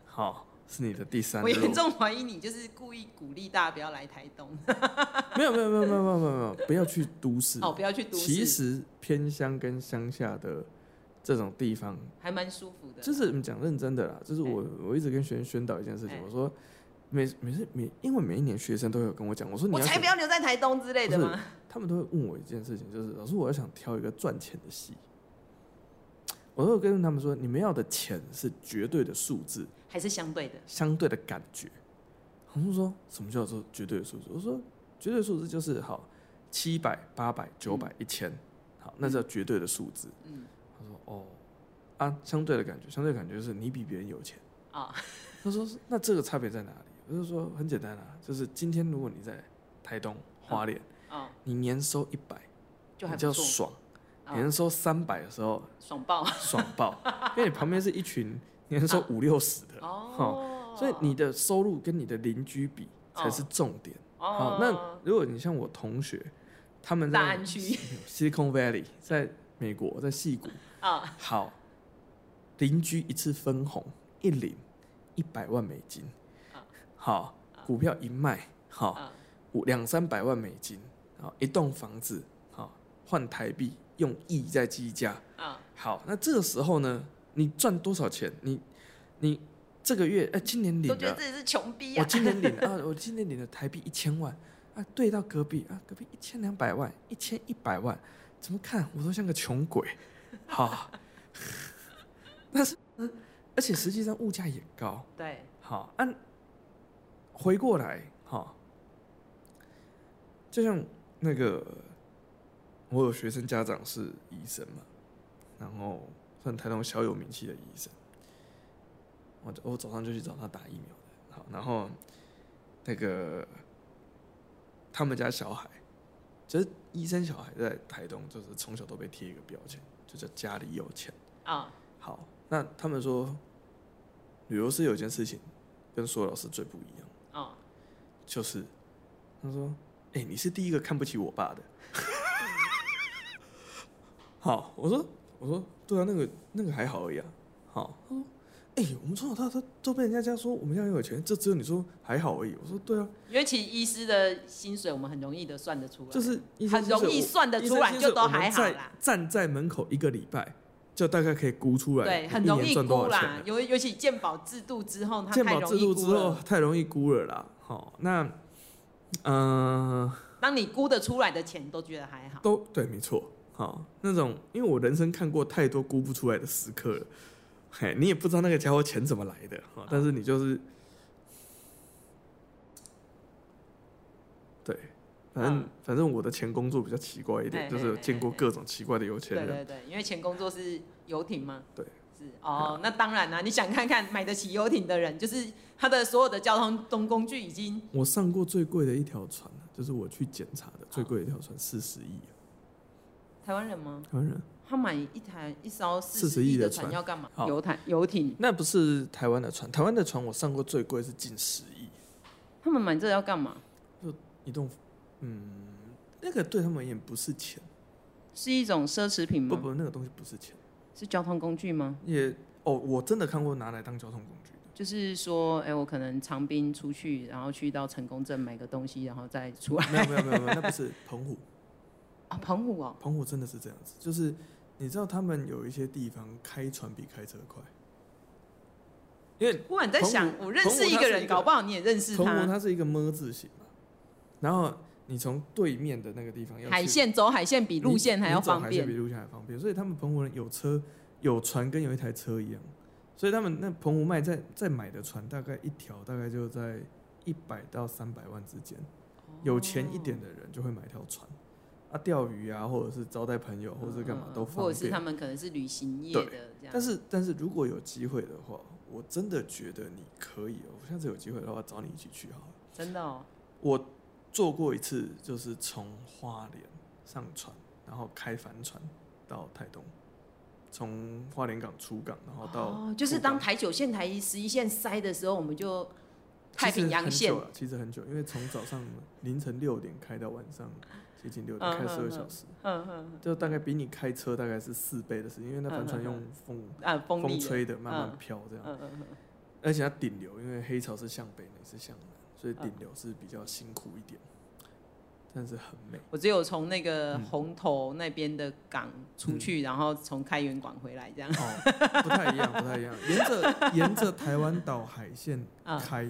B: 好，是你的第三
A: 我严
B: 弱。
A: 重怀疑你就是故意鼓励大家不要来台东
B: 没有没有没有没有没有没有没有，不要去都市。
A: 哦，不要去都市，
B: 其实偏乡跟乡下的这种地方，
A: 还蛮舒服的。
B: 就是我们讲认真的啦，就是
A: 哎
B: 我我一直跟学生宣导一件事情
A: 哎，
B: 我说每每次每因为每一年学生都会有跟我讲，我说你
A: 我
B: 要
A: 才
B: 选
A: 不要留在台东之类的
B: 不
A: 嘛。
B: 他们都会问我一件事情，就是老师，我要想挑一个赚钱的戏。我都有跟他们说，你们要的钱是绝对的数字，
A: 还是相对的。
B: 相对的感觉。他们说什么叫做绝对的数字？我说绝对数字就是好七百、八百、九百、一千，好，那叫绝对的数字。
A: 嗯，
B: 他说哦，啊，相对的感觉，相对的感觉就是你比别人有钱。
A: 啊、
B: 他说是那这个差别在哪里？我就说很简单啊，就是今天如果你在台东花莲，
A: 哦，
B: 你年收一百，
A: 就还
B: 你
A: 不
B: 叫
A: 错，
B: 爽。
A: 啊
B: 年收三百的时 候
A: 爽 爆。
B: 爽爆，因为你旁边是一群年收五六十的，
A: 嗯哦，
B: 所以你的收入跟你的邻居比才是重点。好，那
A: 哦，
B: 如果你像我同学，他们
A: 大
B: 在
A: 安区
B: Silicon Valley，在美国，在戏 谷，
A: 啊，
B: 好，邻居一次分红一领一百万美金
A: 啊，
B: 好，股票一卖，好，
A: 啊
B: 五两三百万美金，好，一栋房子，好，换台币用亿在计价。
A: 啊，
B: 好，那这个时候呢，你赚多少钱？你你这个月哎、今年领哦
A: 都觉得
B: 了，
A: 自己是穷逼
B: 我
A: 啊。
B: 今年领了啊，我今年领了台币一千万，啊，对到隔壁啊，隔壁一千两百万，一千一百万，怎么看我都像个穷鬼，好， 但是嗯而且实际上物价也高，
A: 对，
B: 好，按、回过来，哈、就像那个我有学生家长是医生嘛，然后算台东小有名气的医生，我就我早上就去找他打疫苗的，好，然后那个他们家小孩，就是医生小孩在台东就是从小都被贴一个标签，就叫家里有钱。
A: 啊，
B: 好，那他们说，旅游师有一件事情跟所有老师最不一样，
A: 哦，
B: 就是他说：“哎、你是第一个看不起我爸的。”好，我说，我说，对啊，那个那个还好而已啊。好，他说：“哎、我们从小到大都被人家这样说，我们家很有钱，这只有你说还好而已。”我说：“对啊，
A: 因为其实医师的薪水我们很容易的算得出来，
B: 就是医生
A: 很容易
B: 薪水
A: 算得
B: 医
A: 出
B: 生
A: 来，
B: 薪
A: 就
B: 水
A: 都
B: 我们
A: 还好
B: 在
A: 啦。
B: 站在门口一个礼拜，就大概可以估出来，
A: 对，很容易
B: 赚多
A: 估
B: 少钱
A: 啦
B: 了。。
A: 尤尤其鉴保制度之后，它
B: 鉴
A: 太
B: 保
A: 容
B: 制
A: 易
B: 度之
A: 估
B: 后
A: 了。
B: 太容易估了啦。好，那嗯、呃
A: 当你估得出来的钱，都觉得还好。
B: 都对，没错。好，那种因为我人生看过太多估不出来的时刻了，嘿，你也不知道那个家伙钱怎么来的，哈，但是你就是，对，反正、
A: 嗯
B: 反正我的前工作比较奇怪一点，
A: 嘿
B: 就是
A: 嘿
B: 有
A: 嘿
B: 见过
A: 嘿
B: 各种奇怪的有钱
A: 对
B: 人，
A: 对对，因为前工作是游艇嘛。
B: 对。
A: 是哦，那当然啦、你想看看买得起游艇的人，就是他的所有的交通中工具已经
B: 我上过最贵的一条船，啊就是我去检查的最贵的一条船四十亿，
A: 台湾人吗？
B: 台湾人。
A: 他买一台一艘四
B: 40
A: 十
B: 亿
A: 亿
B: 的
A: 的
B: 船
A: 船要干嘛？
B: 好
A: 游艇游艇，
B: 那不是台湾的船，台湾的船我上过最贵是近十亿，
A: 他们买这要干嘛？
B: 一栋，嗯，那个对他们而言不是钱，
A: 是一种奢侈品
B: 不
A: 嗯吗？
B: 不，那个东西不是钱，
A: 是交通工具吗？
B: 也哦，我真的看过拿来当交通工具的，
A: 就是说，哎、我可能长滨出去，然后去到成功镇买个东西，然后再出来。
B: 没有没有没有 没有，那不是澎湖，
A: 啊、澎湖 哦，
B: 澎湖真的是这样子，就是你知道他们有一些地方开船比开车快，因为
A: 忽然在想
B: 澎，湖
A: 我认识一
B: 澎湖它
A: 个
B: 是一
A: 人，
B: 个
A: 搞不好你也认识
B: 澎湖
A: 他。
B: 它是一个么字形嘛，然后你从对面的那个地方要去
A: 海线走海线比路线还要
B: 你走
A: 方
B: 海线比
A: 便。
B: 路线还方便，所以他们澎湖人有车、有船跟有一台车一样，所以他们那澎湖卖在在买的船大概一条大概就在一百到三百万之间，
A: 哦
B: 有钱一点的人就会买一条船，啊，钓鱼啊，或者是招待朋友，或者是干嘛都
A: 嗯或
B: 方
A: 者是他
B: 便。
A: 们可能是旅行业
B: 对
A: 的这样。
B: 但是但是如果有机会的话，我真的觉得你可以、哦，我下次有机会的话找你一起去好了。
A: 真的哦，
B: 我做过一次，就是从花莲上船，然后开帆船到台东，从花莲港出港，然后到
A: 哦，就是
B: 鹿港
A: 当台九线、台一十一线塞的时候，我们就
B: 其
A: 太
B: 实
A: 平洋
B: 很
A: 线
B: 久了，其实很久，因为从早上凌晨六点开到晚上接近六
A: 嗯
B: 点，开
A: 嗯
B: 十二
A: 嗯
B: 小时，
A: 嗯嗯
B: 就大概比你开车大概是四倍的时间，因为那帆船
A: 嗯嗯嗯
B: 用风
A: 啊，风力
B: 风
A: 的，
B: 吹的慢慢
A: 嗯
B: 飘这样，
A: 嗯嗯嗯，
B: 而且它顶流，因为黑潮是向北，你是向南，
A: 嗯
B: 所以顶流是比较辛苦一点，但是很美。
A: 我只有从那个
B: 嗯
A: 红头那边的港出去，然后从开元港回来这样。
B: 哦，不太一样，不太一样。沿着沿着台湾岛海线
A: 啊
B: 开，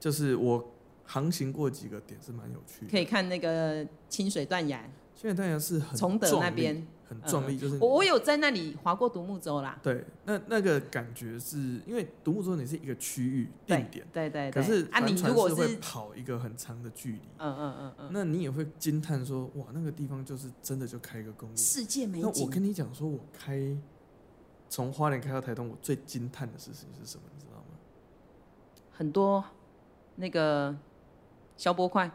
B: 就是我航行过几个点是蛮有趣的。
A: 可以看那个清水断崖，
B: 现在当然是很
A: 崇德
B: 壮
A: 那
B: 丽，
A: 边，嗯
B: 很壮丽，就是
A: 我我有在那里划过独木舟啦。
B: 对那那个感觉是因为独木舟你是一个区域
A: 对
B: 定点，
A: 对对对。
B: 可是
A: 啊，
B: 帆
A: 你
B: 船
A: 如果是
B: 会
A: 嗯
B: 跑一个很长的距离。
A: 嗯嗯嗯，
B: 那你也会惊叹说，哇，那个地方就是真的就开一个公路。
A: 世界美
B: 那我
A: 景
B: 跟你讲说，我开从花莲开到台东，我最惊叹的事情是什么？你知道吗？
A: 很多，那个消波块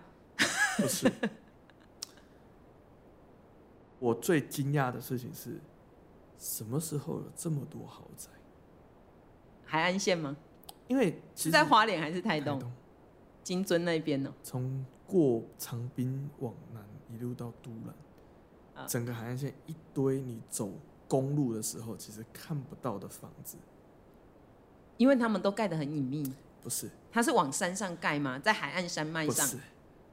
B: 不是。 我最惊讶的事情是，什么时候有这么多豪宅？
A: 海岸线吗？
B: 因为其
A: 是
B: 实
A: 在花莲还是台
B: 台
A: 东？，金尊那边哦呢？
B: 从过长滨往南一路到都
A: 啊
B: 兰，整个海岸线一堆你走公路的时候其实看不到的房子，
A: 因为他们都盖得很隐秘，
B: 不是
A: 它是往山上盖嘛，在海岸山脉
B: 不
A: 上。
B: 是，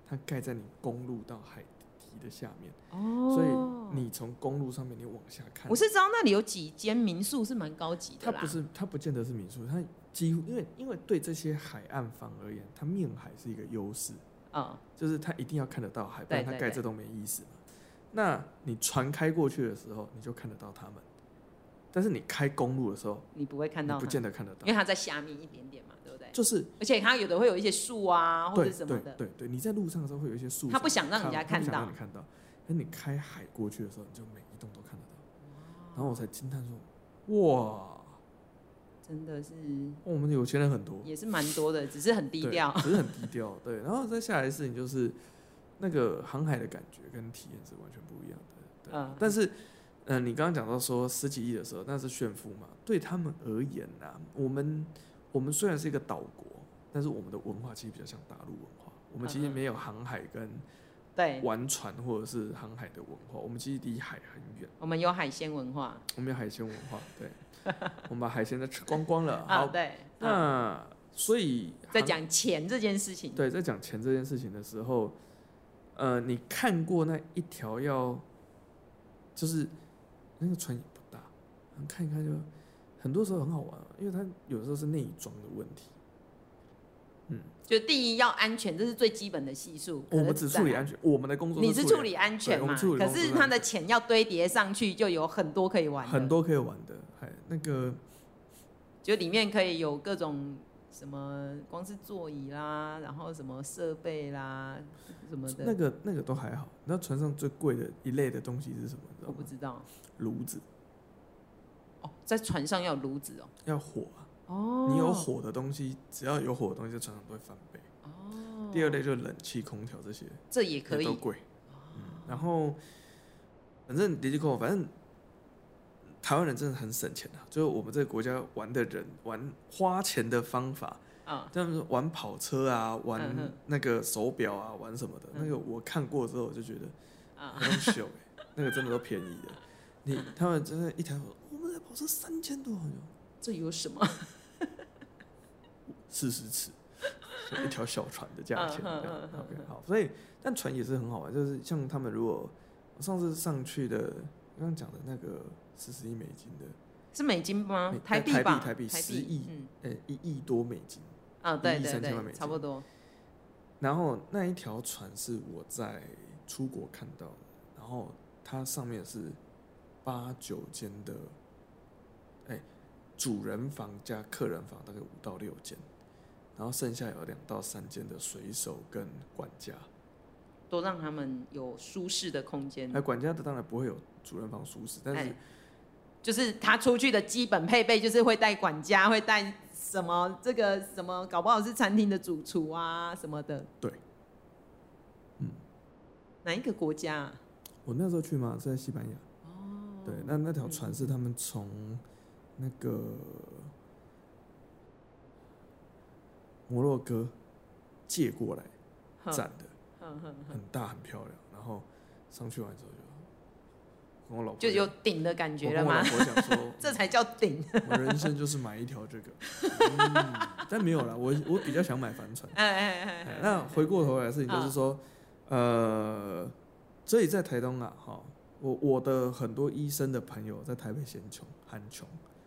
B: 它盖在你公路到海底的下面，
A: 哦，
B: 所以你从公路上面你往下看
A: 我，是知道那里有几间民宿是蛮高级的
B: 它
A: 啦。
B: 不是，它不见得是民宿，它几乎因为因为对这些海岸房而言，它面海是一个优势，
A: 嗯啊、
B: 就是他一定要看得到海，不
A: 对
B: 然他
A: 对
B: 盖
A: 对
B: 这都没意思嘛。那你船开过去的时候，你就看得到他们，但是你开公路的时候，
A: 你不会看
B: 你
A: 到
B: 不
A: 它，
B: 见得看得
A: 因
B: 到
A: 为。它在下面一点点嘛，对不对？
B: 就是
A: 而且它有的会有一些树啊或
B: 对
A: 者什么
B: 对
A: 的，
B: 对对，你在路上的时候会有一些树什么的，
A: 他不想让人家
B: 他不
A: 看
B: 想
A: 到
B: 让你看到。那你开海过去的时候，你就每一栋都看得到。然后我才惊叹说：“哇，
A: 真的是
B: 我们有钱人很多。”
A: 也是蛮多的，只是很低
B: 对
A: 调。
B: 只是很低调。对，然后再下来的事情就是那个航海的感觉跟体验是完全不一样的。对，
A: 嗯
B: 但是，嗯、你刚刚讲到说十几亿的时候，那是炫富嘛？对他们而言呐、我们我们虽然是一个岛国，但是我们的文化其实比较像大陆文化。我们其实
A: 嗯嗯
B: 没有航海跟
A: 对，
B: 玩船或者是航海的文化，我们其实离海很远，
A: 我们有海鲜文化
B: 我们有海鲜文化。对， 我们把海鲜都吃光光了。
A: 啊，
B: 好，
A: 对。啊
B: 那所以
A: 在
B: 航
A: 讲钱这件事情，
B: 对，在讲钱这件事情的时候，呃，你看过那一条要，就是那个船也不大，然后看一看就，很多时候很好玩啊，因为它有时候是内装的问题。
A: 就第一要安全，这是最基本的系数。
B: 我
A: 可
B: 们
A: 是啊
B: 只处理安全，我们的工作
A: 你是处理安
B: 对
A: 全
B: 我
A: 嘛？
B: 们处理
A: 可
B: 工作
A: 是
B: 上
A: 它的钱要堆叠上去，就有很多可以玩的，
B: 很多可以玩的，还那个
A: 就里面可以有各种什么，光是座椅啦，然后什么设备啦，什么的，
B: 那个那个都还好。那船上最贵的一类的东西是什么？你知道
A: 我不
B: 吗？
A: 知道。
B: 炉子
A: 哦，在船上要有炉子哦。
B: 要火啊，
A: 哦，
B: 你有火的东西，只要有火的东西，在船上都会翻倍。
A: 哦，
B: 第二类就是冷气、空调这些。
A: 这也可
B: 也都
A: 以。
B: 贵。嗯，然后反正 d i g i 反正台湾人真的很省钱啊，就是我们这个国家玩的人玩花钱的方法，
A: 啊，
B: 像是玩跑车啊，
A: 嗯
B: 玩
A: 哼嗯
B: 那个手表啊，玩什么的，那个我看过之后我就觉得
A: 啊
B: 那很秀、欸，那个真的都便宜的。你他们真的，一台我们的跑车三千多，好像
A: 这有什么？
B: 四十尺， 就一条小船的价钱。这
A: 嗯嗯
B: 样
A: 嗯嗯
B: OK，
A: 嗯
B: 好，所以但船也是很好玩，就是像他们如果我上次上去的，刚刚讲的那个四十亿美金的，
A: 是美金吗
B: 美？
A: 台
B: 台币
A: 币吧，
B: 台币10亿
A: 嗯，
B: 呃、一亿多美金。
A: 啊，
B: 1
A: 对
B: 亿
A: 对
B: 3000万美
A: 对，
B: 金
A: 差不多。
B: 然后那一条船是我在出国看到的，然后它上面是八九间的，哎、主人房加客人房大概五到六间，然后剩下有两到三间的水手跟管家。
A: 多让他们有舒适的空间
B: 那。哎管家的当然不会有主人房舒适，但是
A: 哎就是他出去的基本配备，就是会带管家，会带什么这个什么，搞不好是餐厅的主厨啊什么的。
B: 对，嗯，
A: 哪一个国家啊、
B: 我那时候去嘛是在西班牙，
A: 哦
B: 对，那那条船是他们从那个摩洛哥借过来
A: 哼
B: 站的，
A: 哼哼
B: 很大很漂亮，然后上去玩之后就跟我老婆
A: 就有
B: 讲
A: 顶的感
B: 我
A: 觉了
B: 跟我老
A: 吗？
B: 婆讲说
A: ，这才叫顶。
B: 我人生就是买一条这个，嗯但没有啦，我我比较想买帆船。
A: 哎哎哎
B: 哎
A: 哎，
B: 那回过头来的事情就是说，呃，所以在台东啊，哈，我我的很多医生的朋友在台北嫌穷，很穷。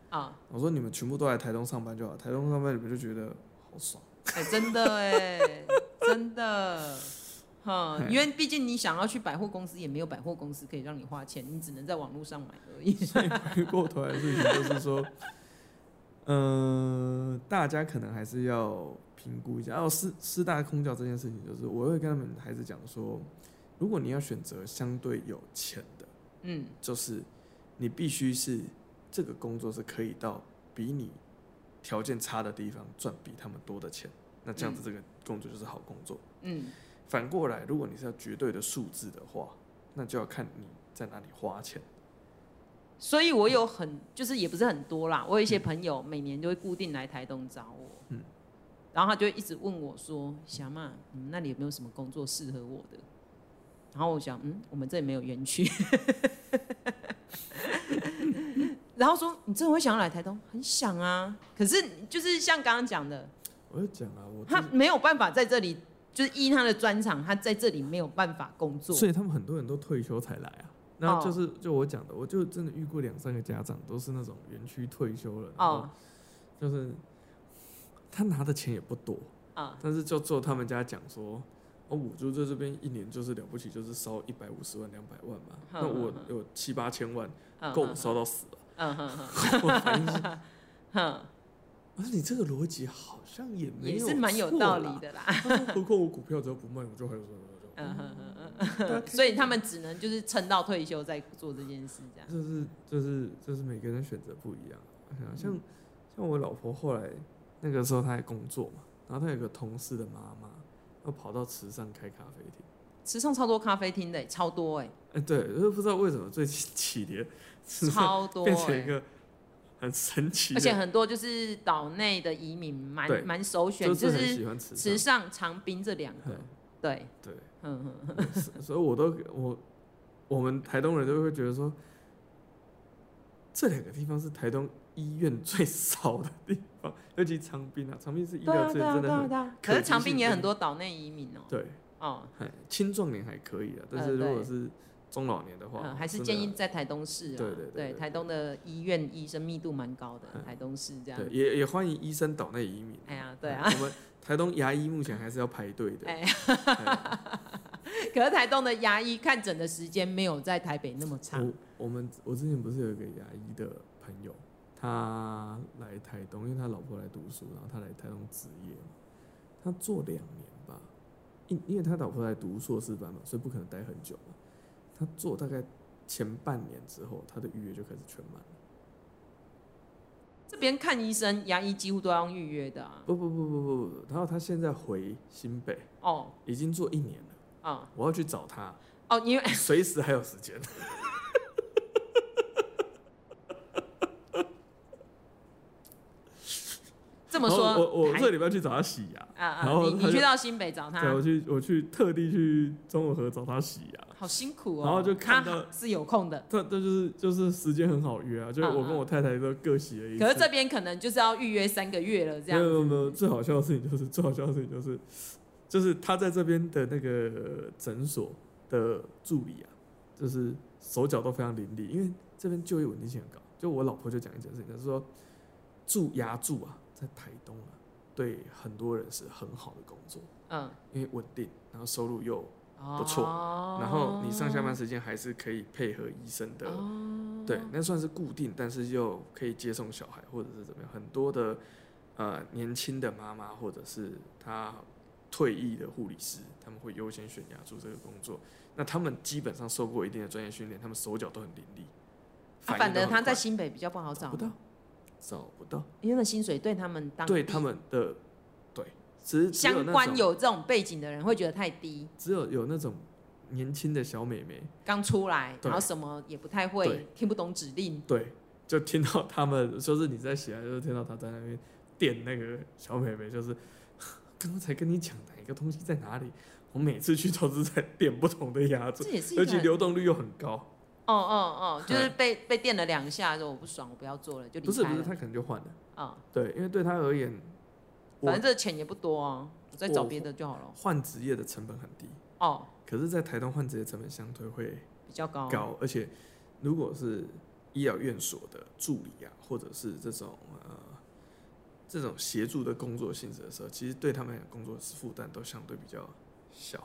A: 啊、
B: 我说你们全部都来台东上班就好，台东上班你们就觉得好爽。
A: 哎，真的哎，真的。哈，因为毕竟你想要去百货公司，也没有百货公司可以让你花钱，你只能在网络上买而已。
B: 所以回过头来的事情就是说，呃，大家可能还是要评估一下。哦，师师大空教这件事情，就是我会跟他们孩子讲说，如果你要选择相对有钱的。
A: 嗯，
B: 就是你必须是这个工作是可以到比你条件差的地方赚比他们多的钱，那这样子这个工作就是好工作。
A: 嗯，
B: 反过来，如果你是要绝对的数字的话，那就要看你在哪里花钱。
A: 所以我有很就是也不是很多啦，我有一些朋友每年就会固定来台东找我，
B: 嗯
A: 然后他就一直问我说：“小嘛，你们那里有没有什么工作适合我的？”然后我想，嗯，我们这里没有园区。 然后说：“你真的会想要来台东？很想啊，可是就是像刚刚讲的，
B: 我就讲啊，我
A: 他
B: 就
A: 没有办法在这里，就是依他的专长，他在这里没有办法工作
B: 是，。所以他们很多人都退休才来啊。然后
A: 哦
B: 就是就我讲的，我就真的遇过两三个家长，都是那种园区退休了，然后
A: 哦
B: 就是他拿的钱也不多，
A: 啊
B: 但是就做他们家讲说，哦，我就在这边一年就是了不起，就是烧一百五十万、两百万嘛。
A: 哼
B: 那我
A: 哼哼
B: 有七八千万，
A: 嗯
B: 够我烧到死了。
A: 嗯哼哼，
B: 我反应是，
A: 哼，
B: 我说你这个逻辑好像也没
A: 也
B: 有，
A: 是蛮有道理。的啦。
B: 何况我股票只要不卖，我就还有什么？
A: 嗯哼哼
B: 大家
A: 哼，
B: 可以
A: 所以他们只能就是撑到退休再做这件事，这样。
B: 这是这是这是每个人选择不一样。哎呀像像我老婆后来那个时候她还工作嘛，然后她有个同事的妈妈，要跑到池上开咖啡厅。
A: 池上超多咖啡厅的，超多哎，
B: 哎，对，就是不知道为什么最 近几年池上
A: 超多
B: 变成一
A: 哎。
B: 个很神奇的，
A: 而且很多就是岛内的移民，
B: 对
A: 蛮蛮首选，就
B: 就是很
A: 是
B: 喜欢池
A: 池
B: 上。
A: 上、长滨这两个
B: 嗯。
A: 对，
B: 对，
A: 嗯哼哼，
B: 所所以我都我我们台东人都会觉得说，这两个地方是台东医院最少的地方，尤其长滨啊，长滨是医
A: 对
B: 疗
A: 啊
B: 资
A: 对
B: 源
A: 啊
B: 真
A: 对
B: 的
A: 啊
B: 很
A: 对啊。
B: 可
A: 可是长
B: 及性
A: 滨也
B: 真
A: 很
B: 的
A: 多岛内移民哦。
B: 对。
A: 哦，
B: 哎青壮年还可以啊，但
A: 呃
B: 是如
A: 对
B: 果是中老年的话，
A: 嗯，还是
B: 真的
A: 建议在台东市啊。
B: 对对对对
A: 台东的医院医生密度蛮高的，
B: 嗯
A: 台东市这样
B: 对。也也欢迎医生岛内移民。
A: 啊哎呀，对啊，
B: 哎，我们台东牙医目前还是要排队的。
A: 哎，
B: 哎
A: 可是台东的牙医看诊的时间没有在台北那么长
B: 我。我们我之前不是有一个牙医的朋友，他来台东，因为他老婆来读书，然后他来台东职业嘛，他做两年吧，因因为他老婆来读硕士班嘛，所以不可能待很久嘛。他做大概前半年之后，他的预约就开始全满了。
A: 这边看医生，牙医几乎都要用预约的啊。
B: 不不不不不不，然后他现在回新北，
A: 哦，
B: 已经做一年了，
A: 哦，
B: 我要去找 他，
A: 哦，因为
B: 随时还有时间。
A: 这么
B: 然后我
A: 说，
B: 我
A: 台
B: 这礼拜去找他洗牙，
A: 啊
B: 然
A: 啊，
B: 后
A: 你你
B: 他就
A: 去到新北找
B: 对，我
A: 他，
B: 去我去特地去中和河找他洗牙。
A: 好辛苦哦。
B: 然后就看到
A: 他是有空的，
B: 他他就是就是时间很好约啊，就是
A: 嗯
B: 我跟
A: 嗯
B: 我太太都各洗了一次。
A: 可是这边可能就是要预约三个月了这样
B: 没有没有没有，
A: 子。
B: 最好笑的事情就是最好笑的事情就是，就是他在这边的那个诊所的助理啊，就是手脚都非常伶俐，因为这边就业稳定性很高。就我老婆就讲一件事情，她说住牙住啊，在台东啊，对很多人是很好的工作，
A: 嗯，
B: 因为稳定，然后收入又，
A: 不
B: 不错
A: 哦
B: 然后你上下班时间还是可以配合医生的。
A: 哦，
B: 对，那算是固定，但是又可以接送小孩或者是怎么样，很多的呃年轻的妈妈或者是她退役的护理师，他们会优先选牙助这个工作。那他们基本上受过一定的专业训练，他们手脚都很伶俐。
A: 啊，
B: 反
A: 反
B: 应都
A: 而
B: 很
A: 他在
B: 快
A: 新北比较不好找
B: 找不到，，找不到，
A: 因为那薪水对他们当
B: 对他们的对，只是只有
A: 相
B: 那
A: 关
B: 种
A: 有这种背景的人会觉得太低，
B: 只有有那种年轻的小美眉，
A: 刚出来，
B: 对
A: 然后什么也不太
B: 对
A: 会，听不懂指令。
B: 对，就听到他们说是你在写，就是听到他在那边电那个小美眉，就是 刚刚才跟你讲哪一个东西在哪里，我每次去都是在点不同的牙齿，
A: 这也是
B: 而
A: 一
B: 且
A: 个，
B: 流动率又很高。
A: 哦哦哦，就是被被电了两下，说我不爽，我不要做了，就离
B: 不是
A: 开
B: 不是，
A: 了。
B: 他可能就换了。
A: 啊，
B: 对，因为对他而言，
A: 反
B: 我
A: 正这钱也不多啊，我再找
B: 我
A: 别的就好了。
B: 换职业的成本很低，
A: 哦，
B: 可是，在台东换职业成本相对会
A: 比较高。
B: 高，而且如果是医疗院所的助理啊，或者是这种呃这种协助的工作性质的时候，其实对他们来讲，工作负担都相对比较小。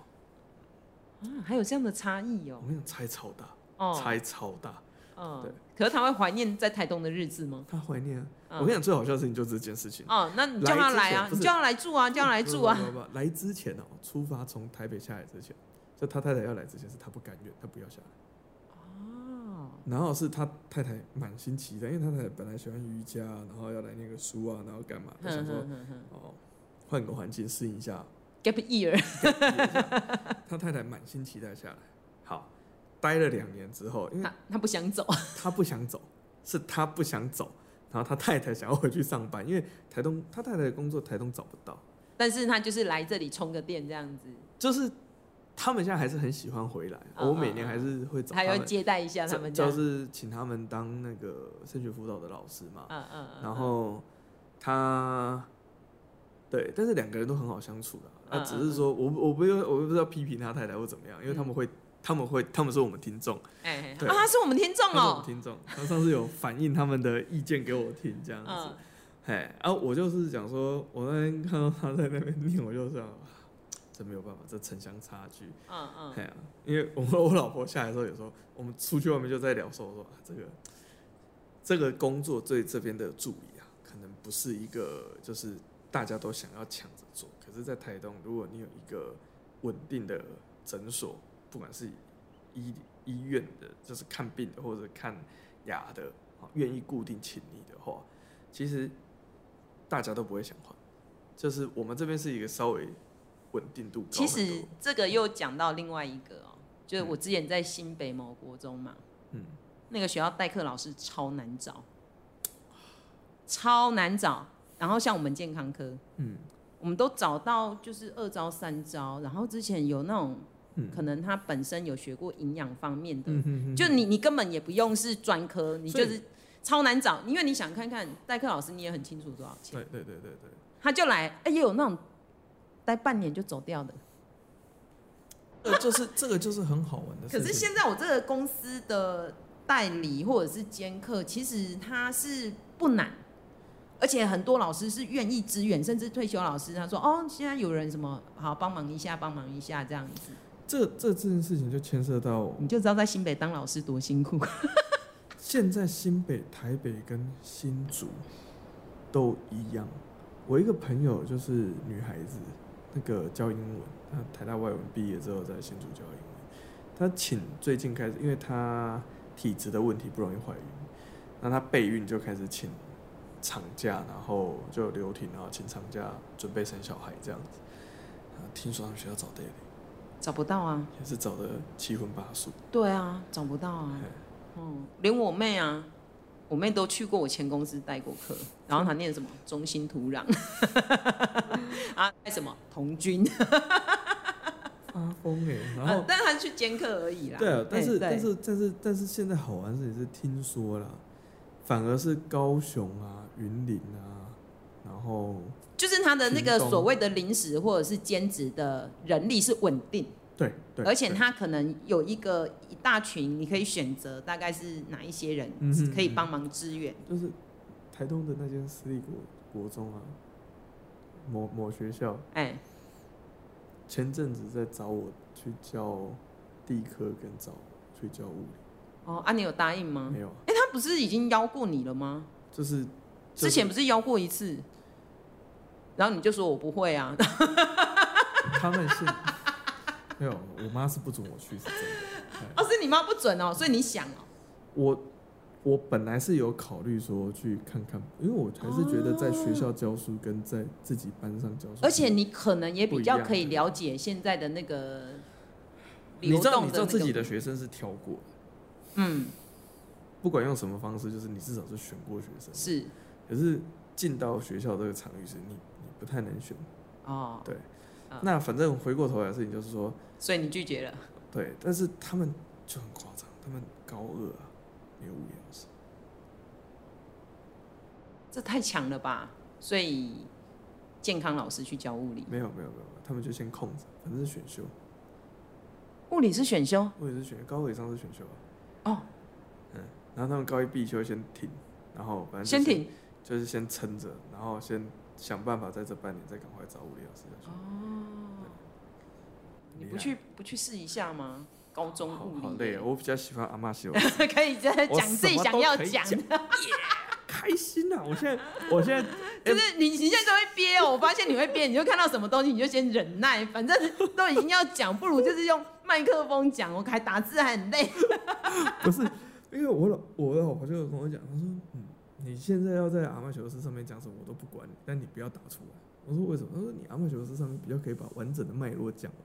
A: 啊，还有这样的差异
B: 我
A: 哦。
B: 跟你讲，差异超大，
A: 哦，
B: 差异超大。对
A: 嗯，可是他会怀念在台东的日子吗？
B: 他怀念啊！
A: 嗯
B: 我跟你讲，最好笑的事情就是这件事情。
A: 哦，那你叫他来啊
B: 来之前，
A: 你
B: 不是嗯
A: 叫他来住啊，叫他来住啊。
B: 不！不不不来之前哦，出发从台北下来之前，就他太太要来之前，是他不甘愿，他不要下来。
A: 哦，
B: 然后是他太太满心期待，因为他太太本来喜欢瑜伽，然后要来念个书啊，然后干嘛？他想
A: 哼
B: 说
A: 哼哼哼
B: 哦，换个环境适应一下。
A: ，gap year，
B: 他太太满心期待下来，好，待了两年之后，因为
A: 他他不想走。
B: 他不想走，是他不想走，然后他太太想要回去上班，因为台东他太太的工作台东找不到，
A: 但是他就是来这里充个电这样子，
B: 就是他们现在还是很喜欢回来，
A: 嗯
B: 我每年还是会找他
A: 还要
B: 们，
A: 接待一下啊他
B: 就
A: 们这
B: 就
A: 样。
B: 是请他们当那个升学辅导的老师嘛，
A: 嗯嗯嗯，
B: 然后他对，但是两个人都很好相处的、啊，
A: 嗯嗯
B: 只是说我我不我不知道批评他太太或怎么样，因为他们会、他们会他们是我们听众，
A: 哎、
B: 对
A: 啊，他是我们听众
B: 他是我们
A: 哦、
B: 听众，他上次有反映他们的意见给我听这样子啊
A: 嗯，，
B: 哎、然后我就是讲说，我那天看到他在那边念，我就想，这没有办法，这城乡差距。
A: 嗯嗯，
B: 哎呀、因为我和我老婆下来的时候，有时候我们出去外面就在聊说，我说啊，这个这个工作对这边的助理啊，可能不是一个就是大家都想要抢着做。可是，在台东，如果你有一个稳定的诊所，不管是医医院的，就是看病的，或者看牙的，啊愿意固定请你的话，其实大家都不会想换。就是我们这边是一个稍微稳定度高
A: 其
B: 很多。
A: 实这个又讲到另外一个哦、就是我之前在新北某国中嘛，
B: 嗯。
A: 那个学校代课老师超难找，超难找。然后像我们健康科，
B: 嗯
A: 我们都找到就是二招三招，然后之前有那种
B: 嗯
A: 可能他本身有学过营养方面的，
B: 嗯嗯嗯
A: 就你你根本也不用是专科，你就
B: 所
A: 是超难找，因为你想看看代课老师你也很清楚多少钱，
B: 对对对对对，
A: 他就来，哎、也有那种待半年就走掉的。
B: 呃，就是这个呃就是很好玩的
A: 可是现在我这个公司的代理或者是兼课，其实它是不难，而且很多老师是愿意支援，甚至退休老师他说哦，现在有人什么好帮忙一下，帮忙一下这样子，
B: 嗯这这这件事情就牵涉到
A: 你就知道在新北当老师多辛 苦。
B: 现在新北、台北跟新竹都一样。我一个朋友就是女孩子，那个教英文，她台大外文毕业之后在新竹教英文。她请最近开始，因为她体质的问题不容易怀孕，那她备孕就开始请产假，然后就留停，然后请产假准备生小孩这样子。啊听说他们学校找代理
A: 找不到啊，
B: 也是找的七荤八素。
A: 对啊，找不到啊，嗯，连我妹啊，我妹都去过我前公司代过课，然后她念什么中心土壤， 啊，带什么童军，
B: 发疯哎，然后
A: 啊但她去兼课而已啦。哎
B: 对啊，但是
A: 对
B: 但是但是但是现在好玩的事情是听说啦，反而是高雄啊、云林啊，然后
A: 就是他的那
B: 群
A: 个
B: 众
A: 所谓的临时或者是兼职的人力是稳定，
B: 对对，
A: 而且
B: 对
A: 他可能有一个一大群，你可以选择大概是哪一些人
B: 嗯哼
A: 可以帮忙支援。
B: 就是台东的那间私立国国中啊，某某学校
A: 哎，
B: 前阵子在找我去教地科跟找去教物理，
A: 哦，啊，你有答应吗？
B: 没有啊，
A: 哎，他不是已经邀过你了吗？
B: 就是
A: 之前不是邀过一次，然后你就说我不会啊，
B: 他们是 没有，我妈是不准我去，是真 的。对
A: 哦，是你妈不准哦，所以你想哦，
B: 我我本来是有考虑说去看看，因为我还是觉得在学校教书跟在自己班上教书，
A: 而且你可能也比
B: 不
A: 较
B: 一样
A: 可以了解现在的那个
B: 你
A: 流
B: 知道
A: 动
B: 你知
A: 的
B: 道
A: 那
B: 自己
A: 个，
B: 的学生是挑过的，
A: 嗯，
B: 不管用什么方式，就是你至少是选过学生，
A: 是
B: 可是进到学校这个场域时，你你不太能选。
A: 哦，
B: 对
A: 啊
B: 那反正回过头来的事情就是说，
A: 所以你拒绝了。
B: 对，但是他们就很夸张，他们高二啊没有物理老师，
A: 这太强了吧！所以健康老师去教物理，
B: 没有没有没有，他们就先空着，反正是选修，
A: 物理是选修
B: 我也是选高二以上是选修啊，嗯
A: 哦，
B: 然后他们高一必修先停，然后反正就
A: 先停
B: 就是先撑着，然后先想办法在这半年再赶快找物理老师下去。
A: 哦。你不
B: 厉害
A: 去不去试一下吗？高中
B: 好
A: 物理
B: 好累、啊，我比较喜欢阿妈写我，
A: 可以在
B: 我
A: 讲自己想要讲
B: 什么
A: 的，
B: 开心啊！我现在我现在
A: 就是你你现在都会憋哦。我发现你会憋，你就看到什么东西你就先忍耐，反正都已经要讲，不如就是用麦克风讲，我还打字还很累。
B: 不是因为我老我老婆就有跟我讲，她说嗯，你现在要在阿妈写诗上面讲什么我都不管你，但你不要打出来。我说为什么？她说你阿妈写诗上面比较可以把完整的脉络讲完。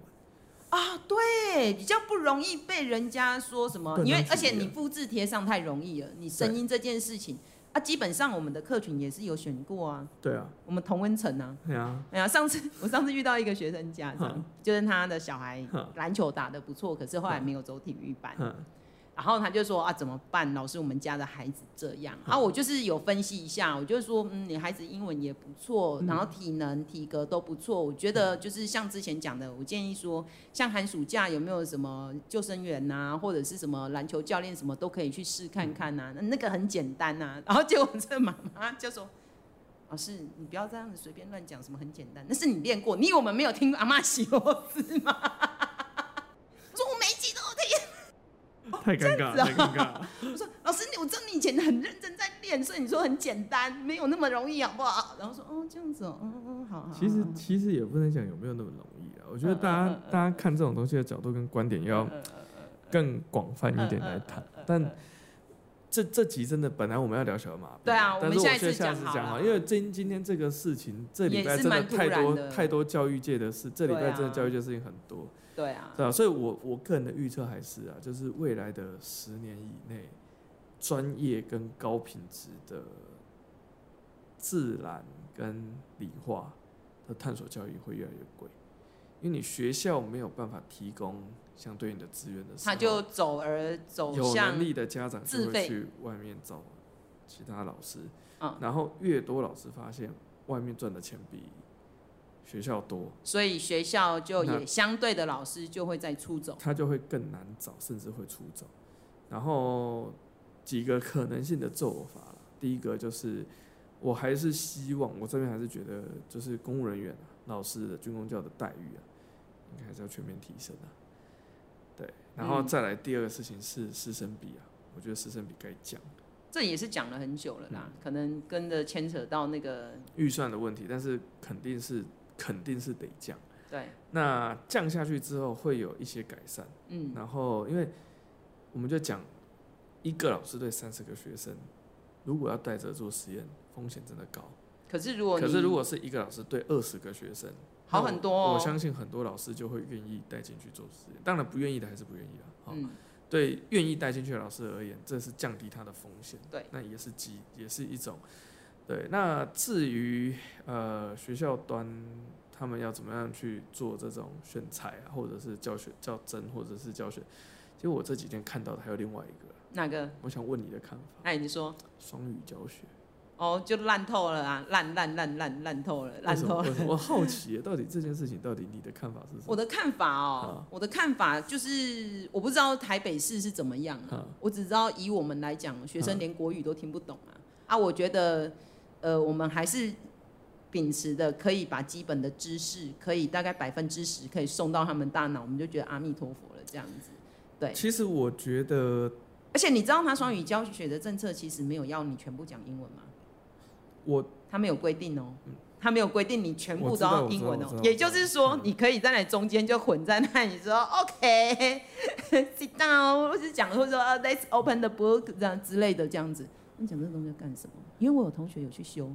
A: 啊，对，比较不容易被人家说什么
B: 对，
A: 因为
B: 难处
A: 而且
B: 理啊
A: 你复制贴上太容易了，你声音这件事情啊，基本上我们的客群也是有选过啊，
B: 对啊，
A: 我们同温层啊，
B: 对啊，
A: 哎呀，上次 我上次遇到一个学生家长
B: 嗯，
A: 就是他的小孩
B: 嗯
A: 篮球打得不错，可是后来没有走体育班，
B: 嗯
A: 然后他就说啊，怎么办？老师，我们家的孩子这样
B: 嗯
A: 啊，我就是有分析一下，我就说，嗯，你孩子英文也不错，
B: 嗯
A: 然后体能、体格都不错，我觉得就是像之前讲的，我建议说，像寒暑假有没有什么救生员呐、或者是什么篮球教练什么啊 都可以去试看看呐、那那个很简单呐、然后结果这妈妈就说，老师，你不要这样子随便乱讲，什么很简单，那是你练过。你以为我们没有听阿妈洗螺丝吗？我说我每一集都有听。
C: 太尴尬，
A: 这样啊
C: 太尴 尬。
A: 我说老师，你我知道你以前很认真在练，所以你说很简单，没有那么容易，好不好？然后说哦，这样子哦，嗯嗯，好好。
B: 其实
A: 好
B: 其实也不能讲有没有那么容易啊。我觉得
A: 嗯嗯
B: 大家
A: 嗯嗯
B: 大家看这种东西的角度跟观点要
A: 嗯嗯
B: 更广泛一点来谈，但这这集真的本来我们要聊小儿麻痹，
A: 对啊我
B: 但
A: 们
B: 是我
A: 下一
B: 却
A: 次
B: 下
A: 讲
B: 次
A: 好
B: 讲
A: 了
B: 好，因为今今天这个事情这礼拜
A: 也
B: 真
A: 是蛮
B: 太多
A: 突然的
B: 太多教育界的事，这礼
A: 对
B: 拜
A: 啊
B: 真的教育界的事情很多，
A: 对啊，
B: 对啊，所以我我个人的预测还是啊，就是未来的十年以内，专业跟高品质的自然跟理化的探索教育会越来越贵，因为你学校没有办法提供相对应的资源的时候，
A: 他就走而走
B: 有
A: 向
B: 能力的家长就
A: 自
B: 会
A: 费
B: 去外面找其他老师，
A: 嗯
B: 然后越多老师发现外面赚的钱比学校多，
A: 所以学校就
B: 那
A: 也相对的老师就会再出走。
B: 他就会更难找，甚至会出走。然后几个可能性的做法啦，第一个就是，我还是希望我这边还是觉得，就是公务人员、啊、老师的军工教的待遇啊，应该还是要全面提升啊。对，然后
A: 嗯
B: 再来第二个事情是师生比啊，我觉得师生比该降
A: 这也是讲了很久了
B: 嗯
A: 啦，可能跟着牵扯到那个
B: 预算的问题，但是肯定是肯定是得降。
A: 对，
B: 那降下去之后会有一些改善。
A: 嗯，
B: 然后因为我们就讲一个老师对三十个学生，如果要带着做实验，风险真的高。
A: 可是如果你
B: 可是如果是一个老师对二十个学生，
A: 好
B: 那我
A: 很多哦
B: 我相信很多老师就会愿意带进去做实验。当然不愿意的还是不愿意啦。好、
A: 嗯
B: 对愿意带进去的老师而言，这是降低他的风险。
A: 对
B: 那也是机，也是一种。对，那至于呃学校端他们要怎么样去做这种选材啊，或者是教学教真，或者是教学，其实我这几天看到的还有另外一个，
A: 哪个？
B: 我想问你的看法，
A: 哎，你说
B: 双语教学
A: 哦，就烂透了啊，烂烂烂烂烂透了，烂
B: 为什么？
A: 透
B: 为
A: 了
B: 什。么我好奇耶到底这件事情到底你的看法是什
A: 我
B: 么？
A: 的看法哦
B: 啊，
A: 我的看法就是我不知道台北市是怎么样啊
B: 啊，
A: 我只知道以我们来讲，学
B: 啊
A: 生连国语都听不懂啊。啊，我觉得呃，我们还是秉持的可以把基本的知识，可以大概百分之十可以送到他们大脑，我们就觉得阿弥陀佛了这样子。对，
B: 其实我觉得
A: 而且你知道他双语教学的政策其实没有要你全部讲英文吗？
B: 我
A: 他没有规定哦，他没有规定你全部都要英文
B: 我知道我知道我知
A: 哦
B: 道。
A: 也就是说
B: 嗯，
A: 你可以在那中间就混在那里说 OK，sit down，或是讲或者说呃 Let's open the book 这样之类的这样子。你讲这个东西要干什么？因为我有同学有去修，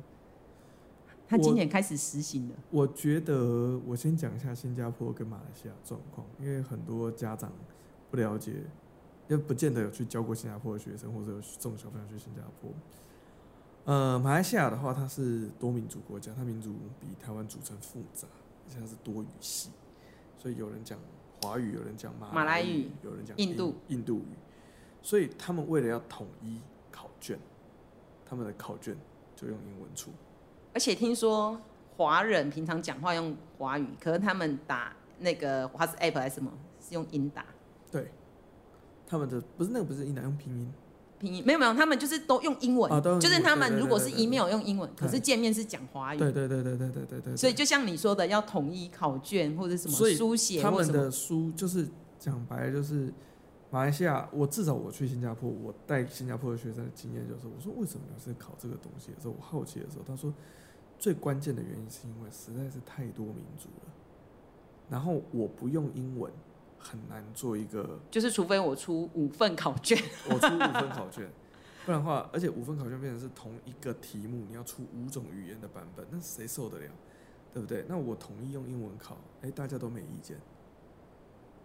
A: 他今年开始实行了。
C: 我觉得我先讲一下新加坡跟马来西亚状况，因为很多家长不了解，又不见得有去教过新加坡的学生，或者有送小朋友去新加坡。呃，马来西亚的话，它是多民族国家，它民族比台湾组成复杂，而且它是多语系，所以有人讲华语，有人讲马
A: 马来
B: 语
A: 语，
B: 有人讲
A: 印度
B: 印度语，所以他们为了要统一考卷，他们的考卷就用英文出。
A: 而且听说华人平常讲话用华语，可是他们打那个 WhatsApp 还是什么，是用英打
B: 对，他们的不是那个不是英南用拼音，
A: 拼音，没有没有，他们就是都用英文，
B: 啊都用英文
A: 就是他们
B: 对对
A: 如果是
B: 对对对
A: email 用英文，可是
B: 对
A: 见面是讲华语。
B: 对对对对对对对对，
A: 所以就像你说的，要统一考卷或者什么
B: 所以
A: 书写
B: 他
A: 或
B: 们
A: 什么，
B: 的书就是讲白了就是马来西亚，我至少我去新加坡，我带新加坡的学生的经验就是，我说为什么你是考这个东西的时候，我好奇的时候，他说最关键的原因是因为实在是太多民族了，然后我不用英文很难做一个
A: 就是除非我出五份考 卷，
B: 我出五份考卷，不然的话，而且五份考卷变成是同一个题目，你要出五种语言的版本，那谁受得了？对不对？那我同意用英文考，哎，大家都没意见。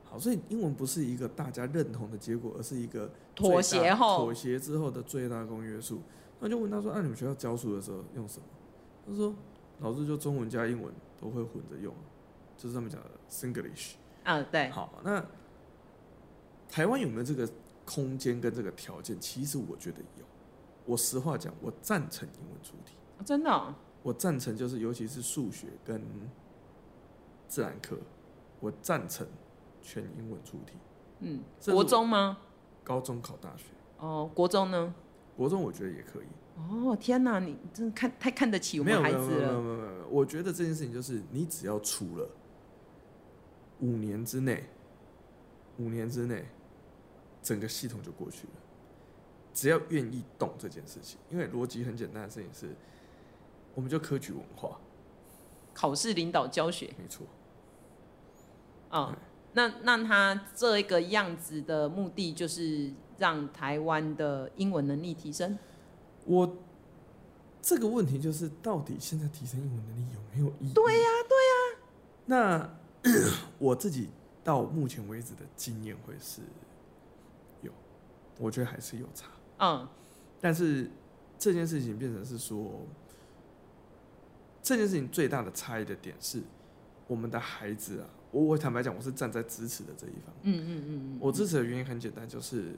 B: 好，所以英文不是一个大家认同的结果，而是一个最大
A: 妥协后
B: 妥协之后的最大公约数。那就问他说：“那、你们学校教书的时候用什么？”他说：“老师就中文加英文都会混着用，啊就是他们讲的 Singlish。”
A: 啊，对，
B: 好，那台湾有没有这个空间跟这个条件？其实我觉得有。我实话讲，我赞成英文出题，
A: 真的哦、
B: 我赞成就是尤其是数学跟自然课，我赞成全英文出题。
A: 嗯，
B: 这是我
A: 国中吗？
B: 高中考大学，
A: 哦，国中呢？
B: 国中我觉得也可以，
A: 哦，天哪，你真的看太看得起我
D: 没
A: 们
D: 有
A: 孩
D: 没有没
A: 子
D: 有没有
A: 了。
D: 没有没有，我觉得这件事情就是你只要处了五年之内，五年之内，整个系统就过去了。只要愿意动这件事情，因为逻辑很简单的事情是，我们就科举文化，
A: 考试领导教学
D: 没错。
A: 哦，那那他这一个样子的目的就是让台湾的英文能力提升。
B: 我这个问题就是，到底现在提升英文能力有没有意义？对呀、对呀、那我自己到目前为止的经验会是有，我觉得还是有差。
A: 嗯，
B: 但是这件事情变成是说，这件事情最大的差异的点是，我们的孩子啊，我我坦白讲，我是站在支持的这一方。嗯嗯嗯我支持的原因很简单，就是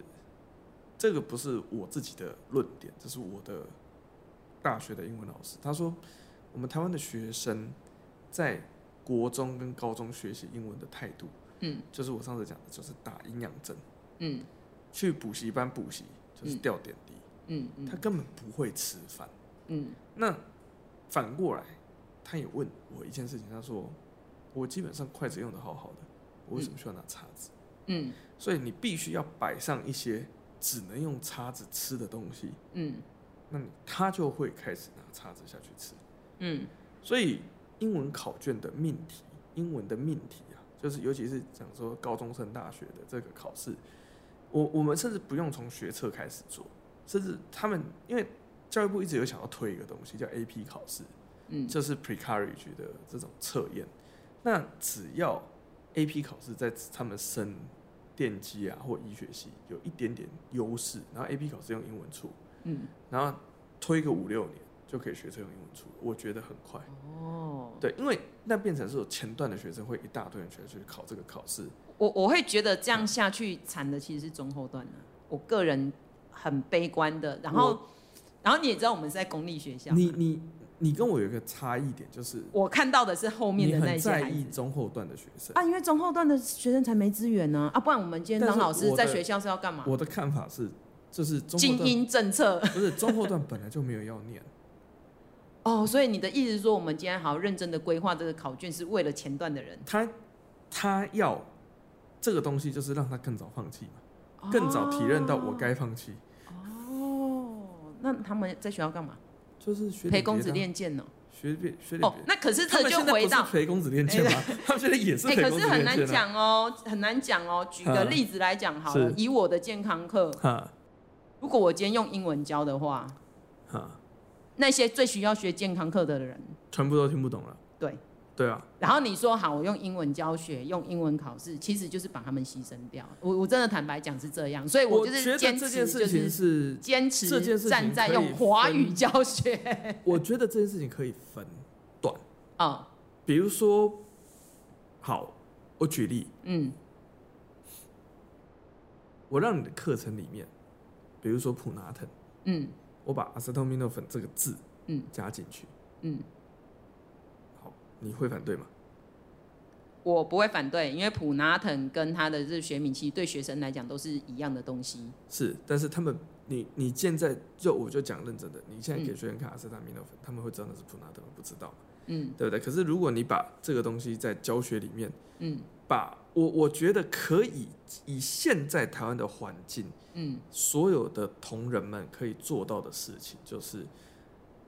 B: 这个不是我自己的论点，这是我的大学的英文老师，他说我们台湾的学生在国中跟高中学习英文的态度，
A: 嗯，
B: 就是我上次讲的，就是打营养针，
A: 嗯，
B: 去补习班补习就是
A: 嗯
B: 掉点滴。
A: 嗯嗯
B: 他根本不会吃饭。
A: 嗯
B: 那反过来，他也问我一件事情，他说：“我基本上筷子用的好好的，我为什么需要拿叉子？
A: 嗯
B: 所以你必须要摆上一些只能用叉子吃的东西，
A: 嗯
B: 那你他就会开始拿叉子下去吃。
A: 嗯
B: 所以英文考卷的命题，英文的命题啊，就是尤其是讲说高中生、大学的这个考试，我我们甚至不用从学测开始做，甚至他们因为教育部一直有想要推一个东西叫 AP 考试，
A: 嗯
B: 就是 Precourage 的这种测验。那只要 AP 考试在他们升电机啊或医学系有一点点优势，然后 AP 考试用英文出，
A: 嗯，
B: 然后推个五六年就可以学测用英文出，我觉得很快。
A: 哦，
B: 对，因为那变成是有前段的学生会一大堆人学生去考这个考试，
A: 我我会觉得这样下去惨的其实是中后段的、我个人很悲观的。然后，然后你也知道我们是在公立学校，
B: 你你你跟我有一个差异点，就是
A: 我看到的是后面
B: 你
A: 的那
B: 很
A: 些
B: 在
A: 孩
B: 意
A: 子。
B: 中后段的学生。
A: 啊，因为中后段的学生才没资源呢、啊，不然我们今天当老
B: 但是
A: 师
B: 我的
A: 在学校是要干嘛？
B: 我的看法是，就是中后
A: 啊精
B: 段
A: 英政策
B: 不是中后段本来就没有要念，
A: 哦，所以你的意思是说，我们今天好好认真的规划这个考卷，是为了前段的人
B: 他他要这个东西就是让他更早放弃嘛，更早体认到我该放弃，
A: 哦。那他们在学校干嘛？
B: 就是学
A: 陪
B: 点
A: 公
B: 别
A: 子
B: 的啊，
A: 练剑呢？
B: 学点学点
A: 哦
B: 别，的。
A: 那可是
B: 他
A: 这
B: 们
A: 就
B: 现在
A: 回
B: 不
A: 到
B: 是陪公子练剑吗？ 他们现在也是
A: 哎、
B: 陪
A: 可
B: 公
A: 是
B: 子
A: 很
B: 练
A: 难
B: 剑啊。
A: 讲哦，很难讲哦。举个例子来讲好了，
B: 嗯是
A: 以我的健康课，
B: 哈
A: 如果我今天用英文教的话，
B: 哈，
A: 那些最需要学健康课的人，
B: 全部都听不懂了。
A: 对
B: 对啊，
A: 然后你说好，我用英文教学，用英文考试，其实就是把他们牺牲掉。我我真的坦白讲是这样，所以
B: 我
A: 就
B: 觉
A: 是
B: 得
A: 坚
B: 这
A: 持
B: 件事
A: 就
B: 情
A: 是
B: 是，
A: 坚
B: 这件
A: 持
B: 事情
A: 站在
B: 可以
A: 用华语
B: 分
A: 教学
B: 我觉得这件事情可以分，
A: 哦，
B: 比如说，好，我举例，
A: 嗯
B: 我让你的课程里面，比如说普拿疼，
A: 嗯
B: 我把 acetaminophen 这个字，
A: 嗯，
B: 加进去，
A: 嗯，
B: 好，你会反对吗？
A: 我不会反对，因为普拿腾跟他的这学名其实对学生来讲都是一样的东西。
B: 是，但是他们，你你现在就我就讲认真的，你现在
A: 嗯
B: 给学生看 acetaminophen，他们会知道那是普拿疼吗，不知道，
A: 嗯
B: 对不对？可是如果你把这个东西在教学里面，
A: 嗯
B: 把我我觉得可以以现在台湾的环境。
A: 嗯
B: 所有的同仁们可以做到的事情，就是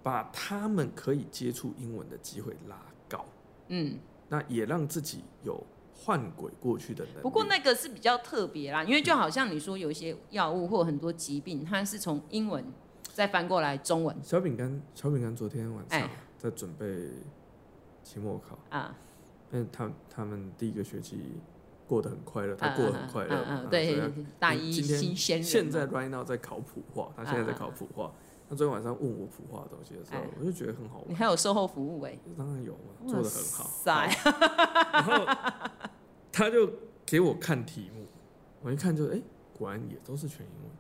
B: 把他们可以接触英文的机会拉高，
A: 嗯。
B: 那也让自己有换轨过去的能力。
A: 不过那个是比较特别啦，因为就好像你说有一些药物或很多疾病，它是从英文再翻过来中文
B: 小饼干，小饼干昨天晚上
A: 哎
B: 在准备期末考，
A: 啊，
B: 因为他他们第一个学期过得很快乐，他
A: 啊
B: 过得很快乐
A: 啊啊
B: 嘛，
A: 啊
B: 啊所以他
A: 对，大一
B: 今天
A: 新鲜人嘛，
B: 现在 right now 在考普化，他现在在考
A: 啊啊啊
B: 普化。他昨天晚上问我普化的东西的时候
A: 哎，
B: 我就觉得很好
A: 你
B: 玩。
A: 还有售后服务哎、
B: 当然有嘛，做的很好。
A: 塞，
B: 然后他就给我看题目，我一看就哎、诶果然也都是全英文。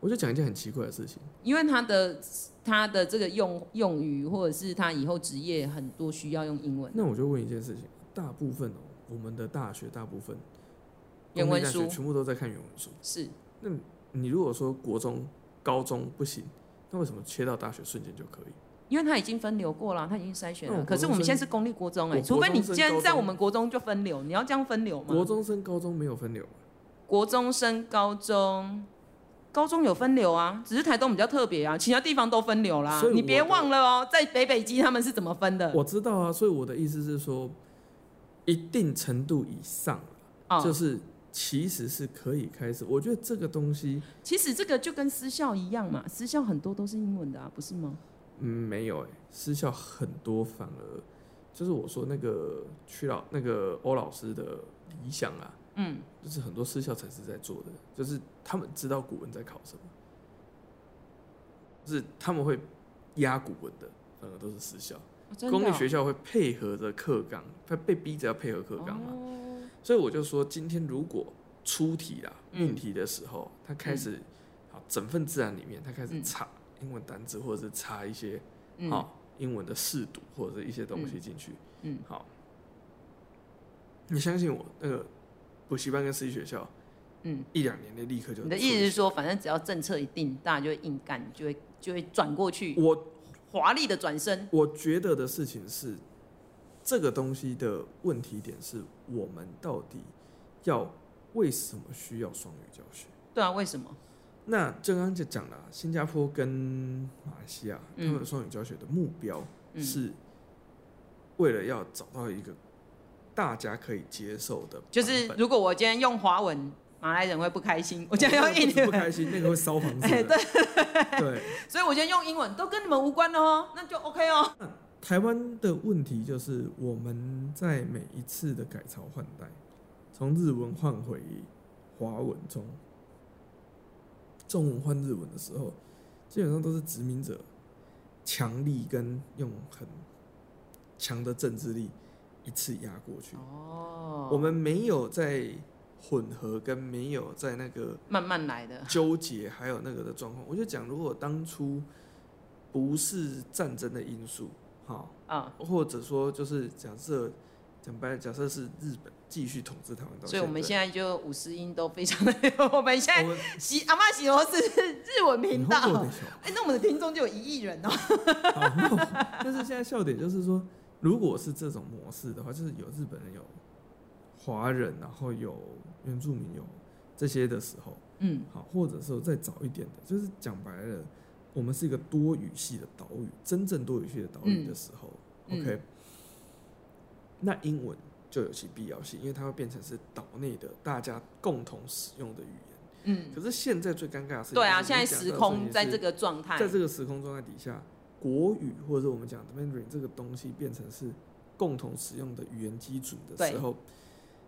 B: 我就讲一件很奇怪的事情，
A: 因为它的它的这个用用语或者是它以后职业很多需要用英文，
B: 那我就问一件事情：大部分哦，我们的大学大部分
A: 原
B: 公
A: 文
B: 立大学
A: 书
B: 全部都在看原文书。
A: 是
B: 你如果说国中、高中不行，那为什么切到大学瞬间就可以？
A: 因为他已经分流过了，他已经筛选
B: 那
A: 了。
B: 我
A: 可是我
B: 国中
A: 们
B: 生
A: 现在是公立国中哎、
B: 我
A: 除非你
B: 国中
A: 今
B: 生
A: 天
B: 高
A: 在
B: 中
A: 我们国中就分流，你要这样分流吗？
B: 国中升高中没有分流吗？
A: 国中升高中，高中有分流啊，只是台东比较特别啊，其他地方都分流啦
B: 所以。我
A: 你别忘了哦，在北北基他们是怎么分的
B: 我知道啊，所以我的意思是说，一定程度以上，就
A: 哦。
B: 是其实是可以开始。我觉得这个东西，
A: 其实这个就跟私校一样嘛，私校很多都是英文的啊，不是吗？
B: 嗯，没有哎、失效很多，反而就是我说那个曲老那个欧老师的理想啊，
A: 嗯，
B: 就是很多私校才是在做的，就是他们知道古文在考什么，就是他们会压古文的，反而都是私校。
A: 哦真的
B: 公立
A: 哦
B: 学校会配合着课纲，他被逼着要配合课纲嘛。
A: 哦
B: 所以我就说，今天如果出题啦、
A: 嗯
B: 命题的时候，他开始、好整份自然里面，他开始
A: 嗯
B: 查英文单词，或者是查一些
A: 嗯
B: 好、英文的试读或者是一些东西进去。
A: 嗯，
B: 好，你相信我，那个补习班跟私立学校，
A: 嗯，
B: 一两年内立刻就
A: 你的意思是说，反正只要政策一定，大家就会硬干，就会就会转过去，
B: 我
A: 华丽的转身。
B: 我觉得的事情是，这个东西的问题点是我们到底要为什么需要双语教学？
A: 对啊，为什么？
B: 那就刚刚就讲了啊，新加坡跟马来西亚他
A: 嗯
B: 们的双语教学的目标
A: 嗯
B: 是为了要找到一个大家可以接受的版本，
A: 就是如果我今天用华文，马来人会不开心；我今天
B: 那
A: 用
B: 个
A: 印尼文
B: 不是不，开心，那个会烧房子
A: 哎
B: 的。对，
A: 所以我觉得用英文都跟你们无关的哦，那就 OK 哦。
C: 台湾的问题就是，我们在每一次的改朝换代，从日文换回华文，从中文换日文的时候，基本上都是殖民者强力跟用很强的政治力一次压过去。
A: 哦
B: 我们没有在混合，跟没有在那个
A: 慢慢来的，
B: 纠结，还有那个的状况。我就讲，如果当初不是战争的因素，好，
A: 啊、
B: 或者说就是假设讲白了，假设是日本继续统治台湾到
A: 所以我们
B: 现
A: 现在哦就五十音都非常的，我们现在
B: 在我们
A: 喜阿妈喜罗是日文 频道，
C: 然后
A: 哎、
C: 得笑
A: 那我们的听众就有一亿人哦。
C: 但是现在笑点就是说，
B: 如果是这种模式的话，就是有日本人有
C: 华人然后有原住民有这些的时候，
A: 嗯
C: 好，或者说再早一点的，就是讲白了，我们是一个多语系的岛屿，真正多语系的岛屿
A: 嗯
C: 的时候、
A: 嗯
C: o k
B: 那英文就有其必要性，因为它会变成是岛内的大家共同使用的语言。
A: 嗯，
B: 可是现在最尴尬的是，
A: 对啊，
B: 就是
A: 现在
B: 你讲
A: 时
B: 到
A: 空在
B: 事情
A: 这
B: 是
A: 个状态，
B: 在这个时空状态底下，国语或者是我们讲 Mandarin 这个东西变成是共同使用的语言基础的时候，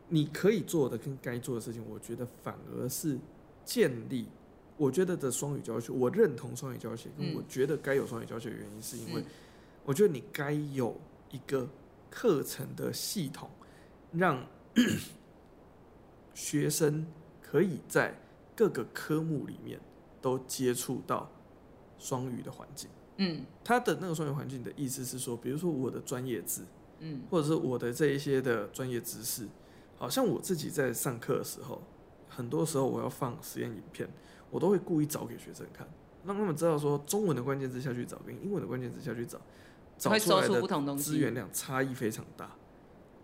B: 你可以做的跟该做的事情，我觉得反而是建立。我觉得的双语教学，我认同双语教学，跟
A: 嗯
B: 我觉得该有双语教学的原因，是因为
A: 嗯
B: 我觉得你该有一个课程的系统，让 学生可以在各个科目里面都接触到双语的环境。
A: 嗯
B: 它的那个双语环境的意思是说，比如说我的专业字，
A: 嗯
B: 或者是我的这一些的专业知识，好像我自己在上课的时候，很多时候我要放实验影片，我都会故意找给学生看，让他们知道说中文的关键字下去找跟英文的关键字下去找，找
A: 会
B: 出
A: 搜
B: 来
A: 出
B: 的
A: 不同东西，
B: 资源量差异非常大。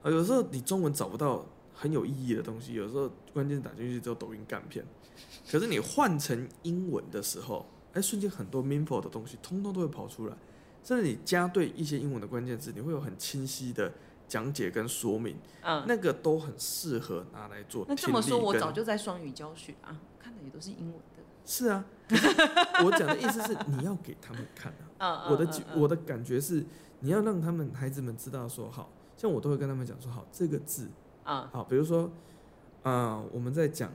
B: 啊，有时候你中文找不到很有意义的东西，有时候关键打进去之后抖音干片，可是你换成英文的时候，哎，瞬间很多 meaningful 的东西通通都会跑出来，甚至你加对一些英文的关键字，你会有很清晰的讲解跟说明，
A: 嗯。
B: 那个都很适合拿来做
A: 那
B: 听力跟。
A: 这么说，我早就在双语教学啊，看的也都是英文的。
B: 是啊，可是我讲的意思是你要给他们看啊。
A: 嗯嗯
B: 我的
A: 嗯
B: 几
A: 嗯
B: 我的感觉是，你要让他们孩子们知道说，好像我都会跟他们讲说，好这个字，
A: 啊
B: 好，比如说，啊、我们在讲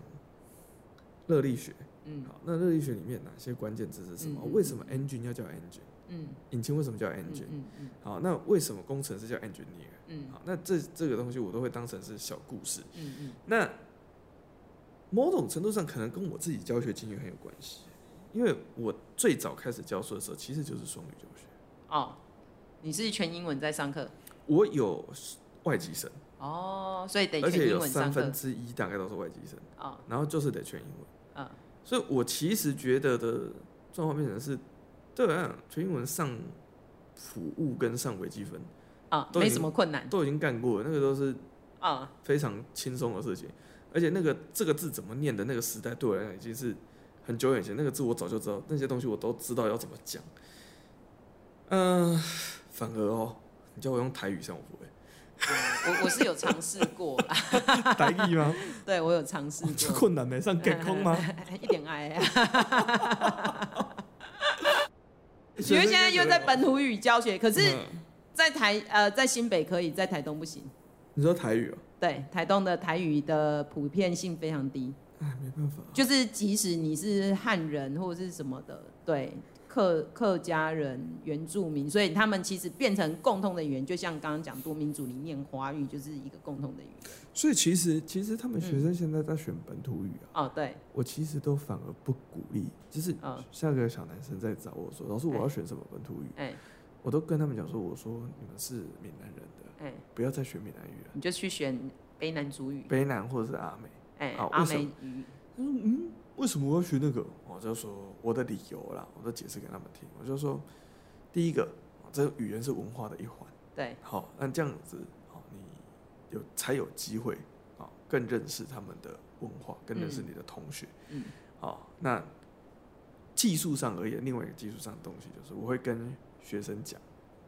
B: 热力学，
A: 嗯
B: 好，那热力学里面哪些关键字是什么？
A: 嗯嗯
B: 为什么 engine 要叫 engine？
A: 嗯
B: 引擎为什么叫
A: 嗯
B: engine？、
A: 嗯嗯
B: 好，那为什么工程师叫 engineer？
A: 嗯
B: 好，那这这个东西我都会当成是小故事。
A: 嗯嗯
B: 那某种程度上，可能跟我自己教学经验很有关系，因为我最早开始教书的时候，其实就是双语教学。
A: 哦，你是全英文在上课
B: 我有外籍生，
A: 哦，所以得
B: 而
A: 全
B: 且
A: 英
B: 有
A: 文
B: 三
A: 上课
B: 分之一大概都是外籍生，
A: 哦，
B: 然后就是得全英文。
A: 嗯
B: 所以我其实觉得的状况变成是，对我来讲，全英文上辅务跟上微积分
A: 啊，
B: 都已
A: 没
B: 经
A: 什么困难
B: 都已经干过了，那个都是
A: 啊，
B: 非常轻松的事情。而且那个这个字怎么念的那个时代，对我来讲已经是很久远以前。那个字我早就知道，那些东西我都知道要怎么讲。嗯、反而哦，你叫我用台语上我不会，
A: 我我是有尝试 过啦，
C: 台语吗？
A: 对我有尝试
C: 哦这
A: 过，
C: 困难没上梗空吗？
A: 一点爱 啊。嗯 因为现在又在
C: 哦
A: 本土语教学，可是，
B: 嗯
A: 在台呃在新北可以，在台东不行。
B: 你说台语哦，
A: 对，台东的台语的普遍性非常低，
C: 哎，没办法，
A: 就是即使你是汉人或者是什么的，对客客家人、原住民，所以他们其实变成共通的语言，就像刚刚讲多民族里面华语就是一个共同的语言。
C: 所以其实其实他们学
A: 嗯
C: 生现在在选本土语啊，
A: 哦，对，
C: 我其实都反而不鼓励，就是
A: 嗯
C: 下个小男生在找我说，老师我要选什么本土语，
A: 哎
C: 我都跟他们讲说，我说你们是闽南人的，
A: 哎，
C: 不要再学闽南语了，
A: 你就去选卑南族语，
C: 北南或者是阿美。
A: 哎，
B: 好
A: 阿
B: 为什
A: 美
B: 么
A: 语，
C: 他说嗯，为什么我要学那个？
B: 我就说我的理由啦，我都解释给他们听。我就说，第一个，这语言是文化的一环。
A: 对，
B: 好，那这样子，好，你有才有机会，好，更认识他们的文化，更认识
A: 嗯
B: 你的同学。
A: 嗯，
B: 好，那技术上而言，另外一个技术上的东西就是，我会跟学生讲，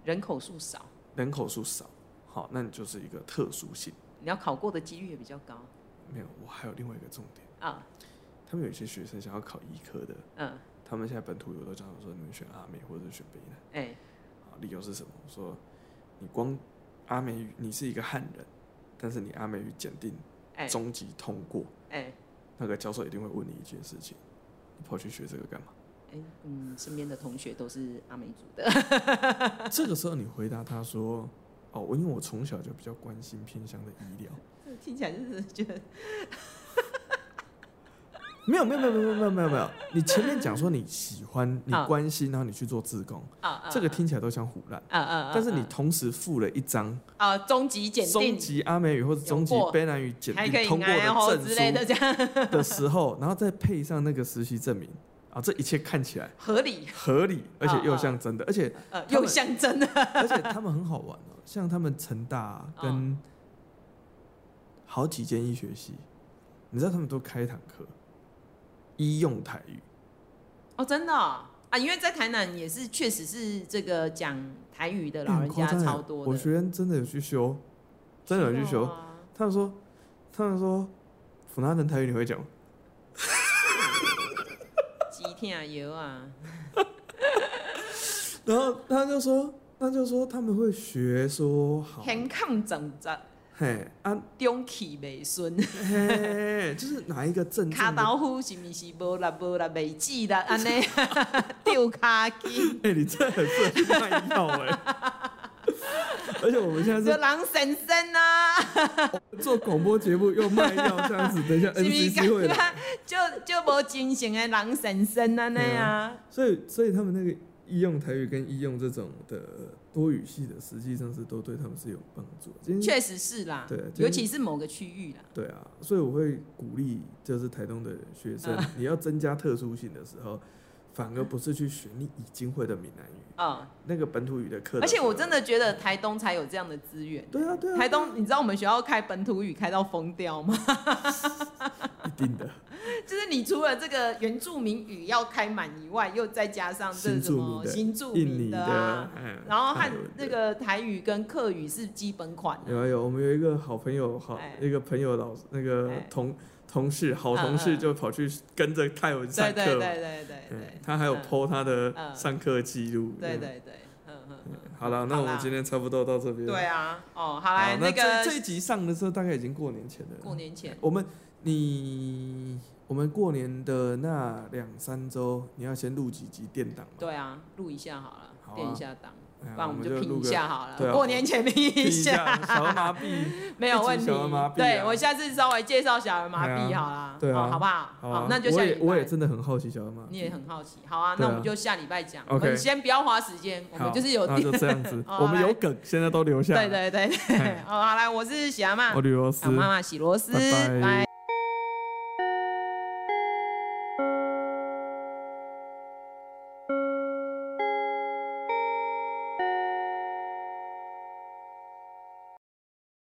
A: 人口数少，
B: 人口数少，好，那你就是一个特殊性。
A: 你要考过的几率也比较高
B: 没有，我还有另外一个重点，
A: 啊，
B: 他们有一些学生想要考医科的，
A: 嗯，
B: 他们现在本土有都讲说，你们选阿美或者是选北南。
A: 哎，
B: 啊，理由是什么？我说你光阿美语，你是一个汉人，但是你阿美语检定
A: 哎，
B: 中级通过，
A: 哎。
B: 那个教授一定会问你一件事情：你跑去学这个干嘛？
A: 哎，嗯，身边的同学都是阿美族的，
B: 这个时候你回答他说：哦，我因为我从小就比较关心偏乡的医疗，
A: 听起来就是觉得
B: 没有没有没有没有没有没有没有，你前面讲说你喜欢，你
A: 啊
B: 关心，然后你去做志工，
A: 啊啊，
B: 这个听起来都像胡乱。
A: 啊啊，啊
B: 但是你
A: 啊
B: 同时附了一张
A: 啊，终极检
B: 中
A: 定
B: 级阿美语或者中级
A: 有过
B: 卑南语检
A: 还可
B: 定
A: 以
B: 通过
A: 拿然后
B: 的证
A: 之类
B: 书
A: 的，这样
B: 的时候， 然后再配上那个实习证明啊，这一切看起来
A: 合理，
B: 合理，而且又
A: 啊
B: 像真的，而且
A: 呃，
B: 他们
A: 又象征的，
B: 而且他们很好玩哦，像他们成大啊
A: 哦
B: 跟好几间医学系，你知道他们都开一堂课，医用台语，
A: 哦，真的哦啊，因为在台南也是确实是这个讲台语的
B: 欸
A: 老
B: 很
A: 人
B: 夸
A: 家
B: 张欸
A: 超多的，
B: 我学生真的有去修，真的有去修，
A: 啊
B: 他们说，他们说，普拉人台语你会讲吗？
A: 鸡天油啊，
B: 然后他就说，他就说他们会学说好，
A: 香港长着
B: 嘿啊
A: 中气未顺，
B: 嘿，就是哪一个症
A: 卡
B: 状的
A: 刀夫是不是无力无力未止啦，安尼掉卡筋，
B: 哎、你真的很适合去卖药哎、 而且我们现在
A: 就人先生 啊。
B: 是做广播节目又卖药这样子，等 一下
A: 是不是
B: NCC 会来，
A: 感觉就就无精神的人神神安尼
B: 对
A: 啊？
B: 所以所以他们那个医用台语跟医用这种的多语系的，实际上是都对他们是有帮助的。今天
A: 确实是啦，
B: 对就是
A: 尤其是某个区域啦，
B: 对啊，所以我会鼓励就是台东的学生，
A: 嗯
B: 你要增加特殊性的时候，反而不是去学你已经会的闽南语，
A: 嗯，
B: 那个本土语的课的
A: 而
B: 时
A: 且
B: 候。
A: 我真的觉得台东才有这样的资源。
B: 对啊 对啊，
A: 台东，你知道我们学校开本土语开到疯掉吗？
B: 一定的
A: 就是你除了这个原住民语要开满以外，又再加上这
B: 新
A: 什
B: 住民
A: 么
B: 的
A: 新住
B: 印尼
A: 民
B: 的，
A: 啊，
B: 哎
A: 然后
B: 泰
A: 和
B: 文
A: 那
B: 的
A: 个台语跟客语是基本款啊
B: 有啊有，我们有一个好朋友，好、
A: 哎
B: 一个朋友老那个
A: 哎
B: 同同事，好
A: 嗯
B: 同事
A: 嗯
B: 就跑去跟着泰文上
A: 对
B: 课嘛，
A: 对对对对对
B: 嗯他还有
A: 嗯
B: PO 他的
A: 嗯
B: 上课记录，
A: 对
B: 嗯。
A: 对对，嗯嗯嗯，
B: 好了，那我们今天差不多到这边。
A: 对啊，哦，好
B: 好，
A: 来
B: 那
A: 个
B: 这这一集上的时候大概已经过年前了。
A: 过年前
B: 我们你我们过年的那两三周，你要先录几集垫档嘛？
A: 对啊，录一下好了，
B: 好啊
A: 垫一下档，
B: 哎呀，
A: 不然我们就拼
B: 录
A: 一
B: 个
A: 下好了。
B: 对啊
A: 过年前拼
B: 拼
A: 一
B: 一
A: 下，
B: 下小儿麻痹。
A: 没有问
B: 一
A: 题。
B: 起小儿麻痹啊
A: 对我下次稍微介绍小儿麻
B: 哎
A: 痹
B: 呀
A: 好啦，
B: 对啊
A: 哦好不 好？
B: 好啊，
A: 那就
B: 我
A: 下
B: 也
A: 礼
B: 我也
A: 拜。
B: 真的很好奇小儿麻痹。
A: 你也很好奇，好啊，
B: 对
A: 那
B: 啊
A: 我们就下礼拜讲。
B: OK
A: 我们先不要花时间，我
B: 好，
A: 们就是有，
B: 那就这样 子
A: 好
B: 我们
A: 来
B: 有梗，现在都留下。
A: 对，对对对。
B: 哎
A: 哦，好来，我是喜阿妈
B: 我，吕罗斯
A: 我，妈妈喜螺丝，
B: 拜拜
A: 拜。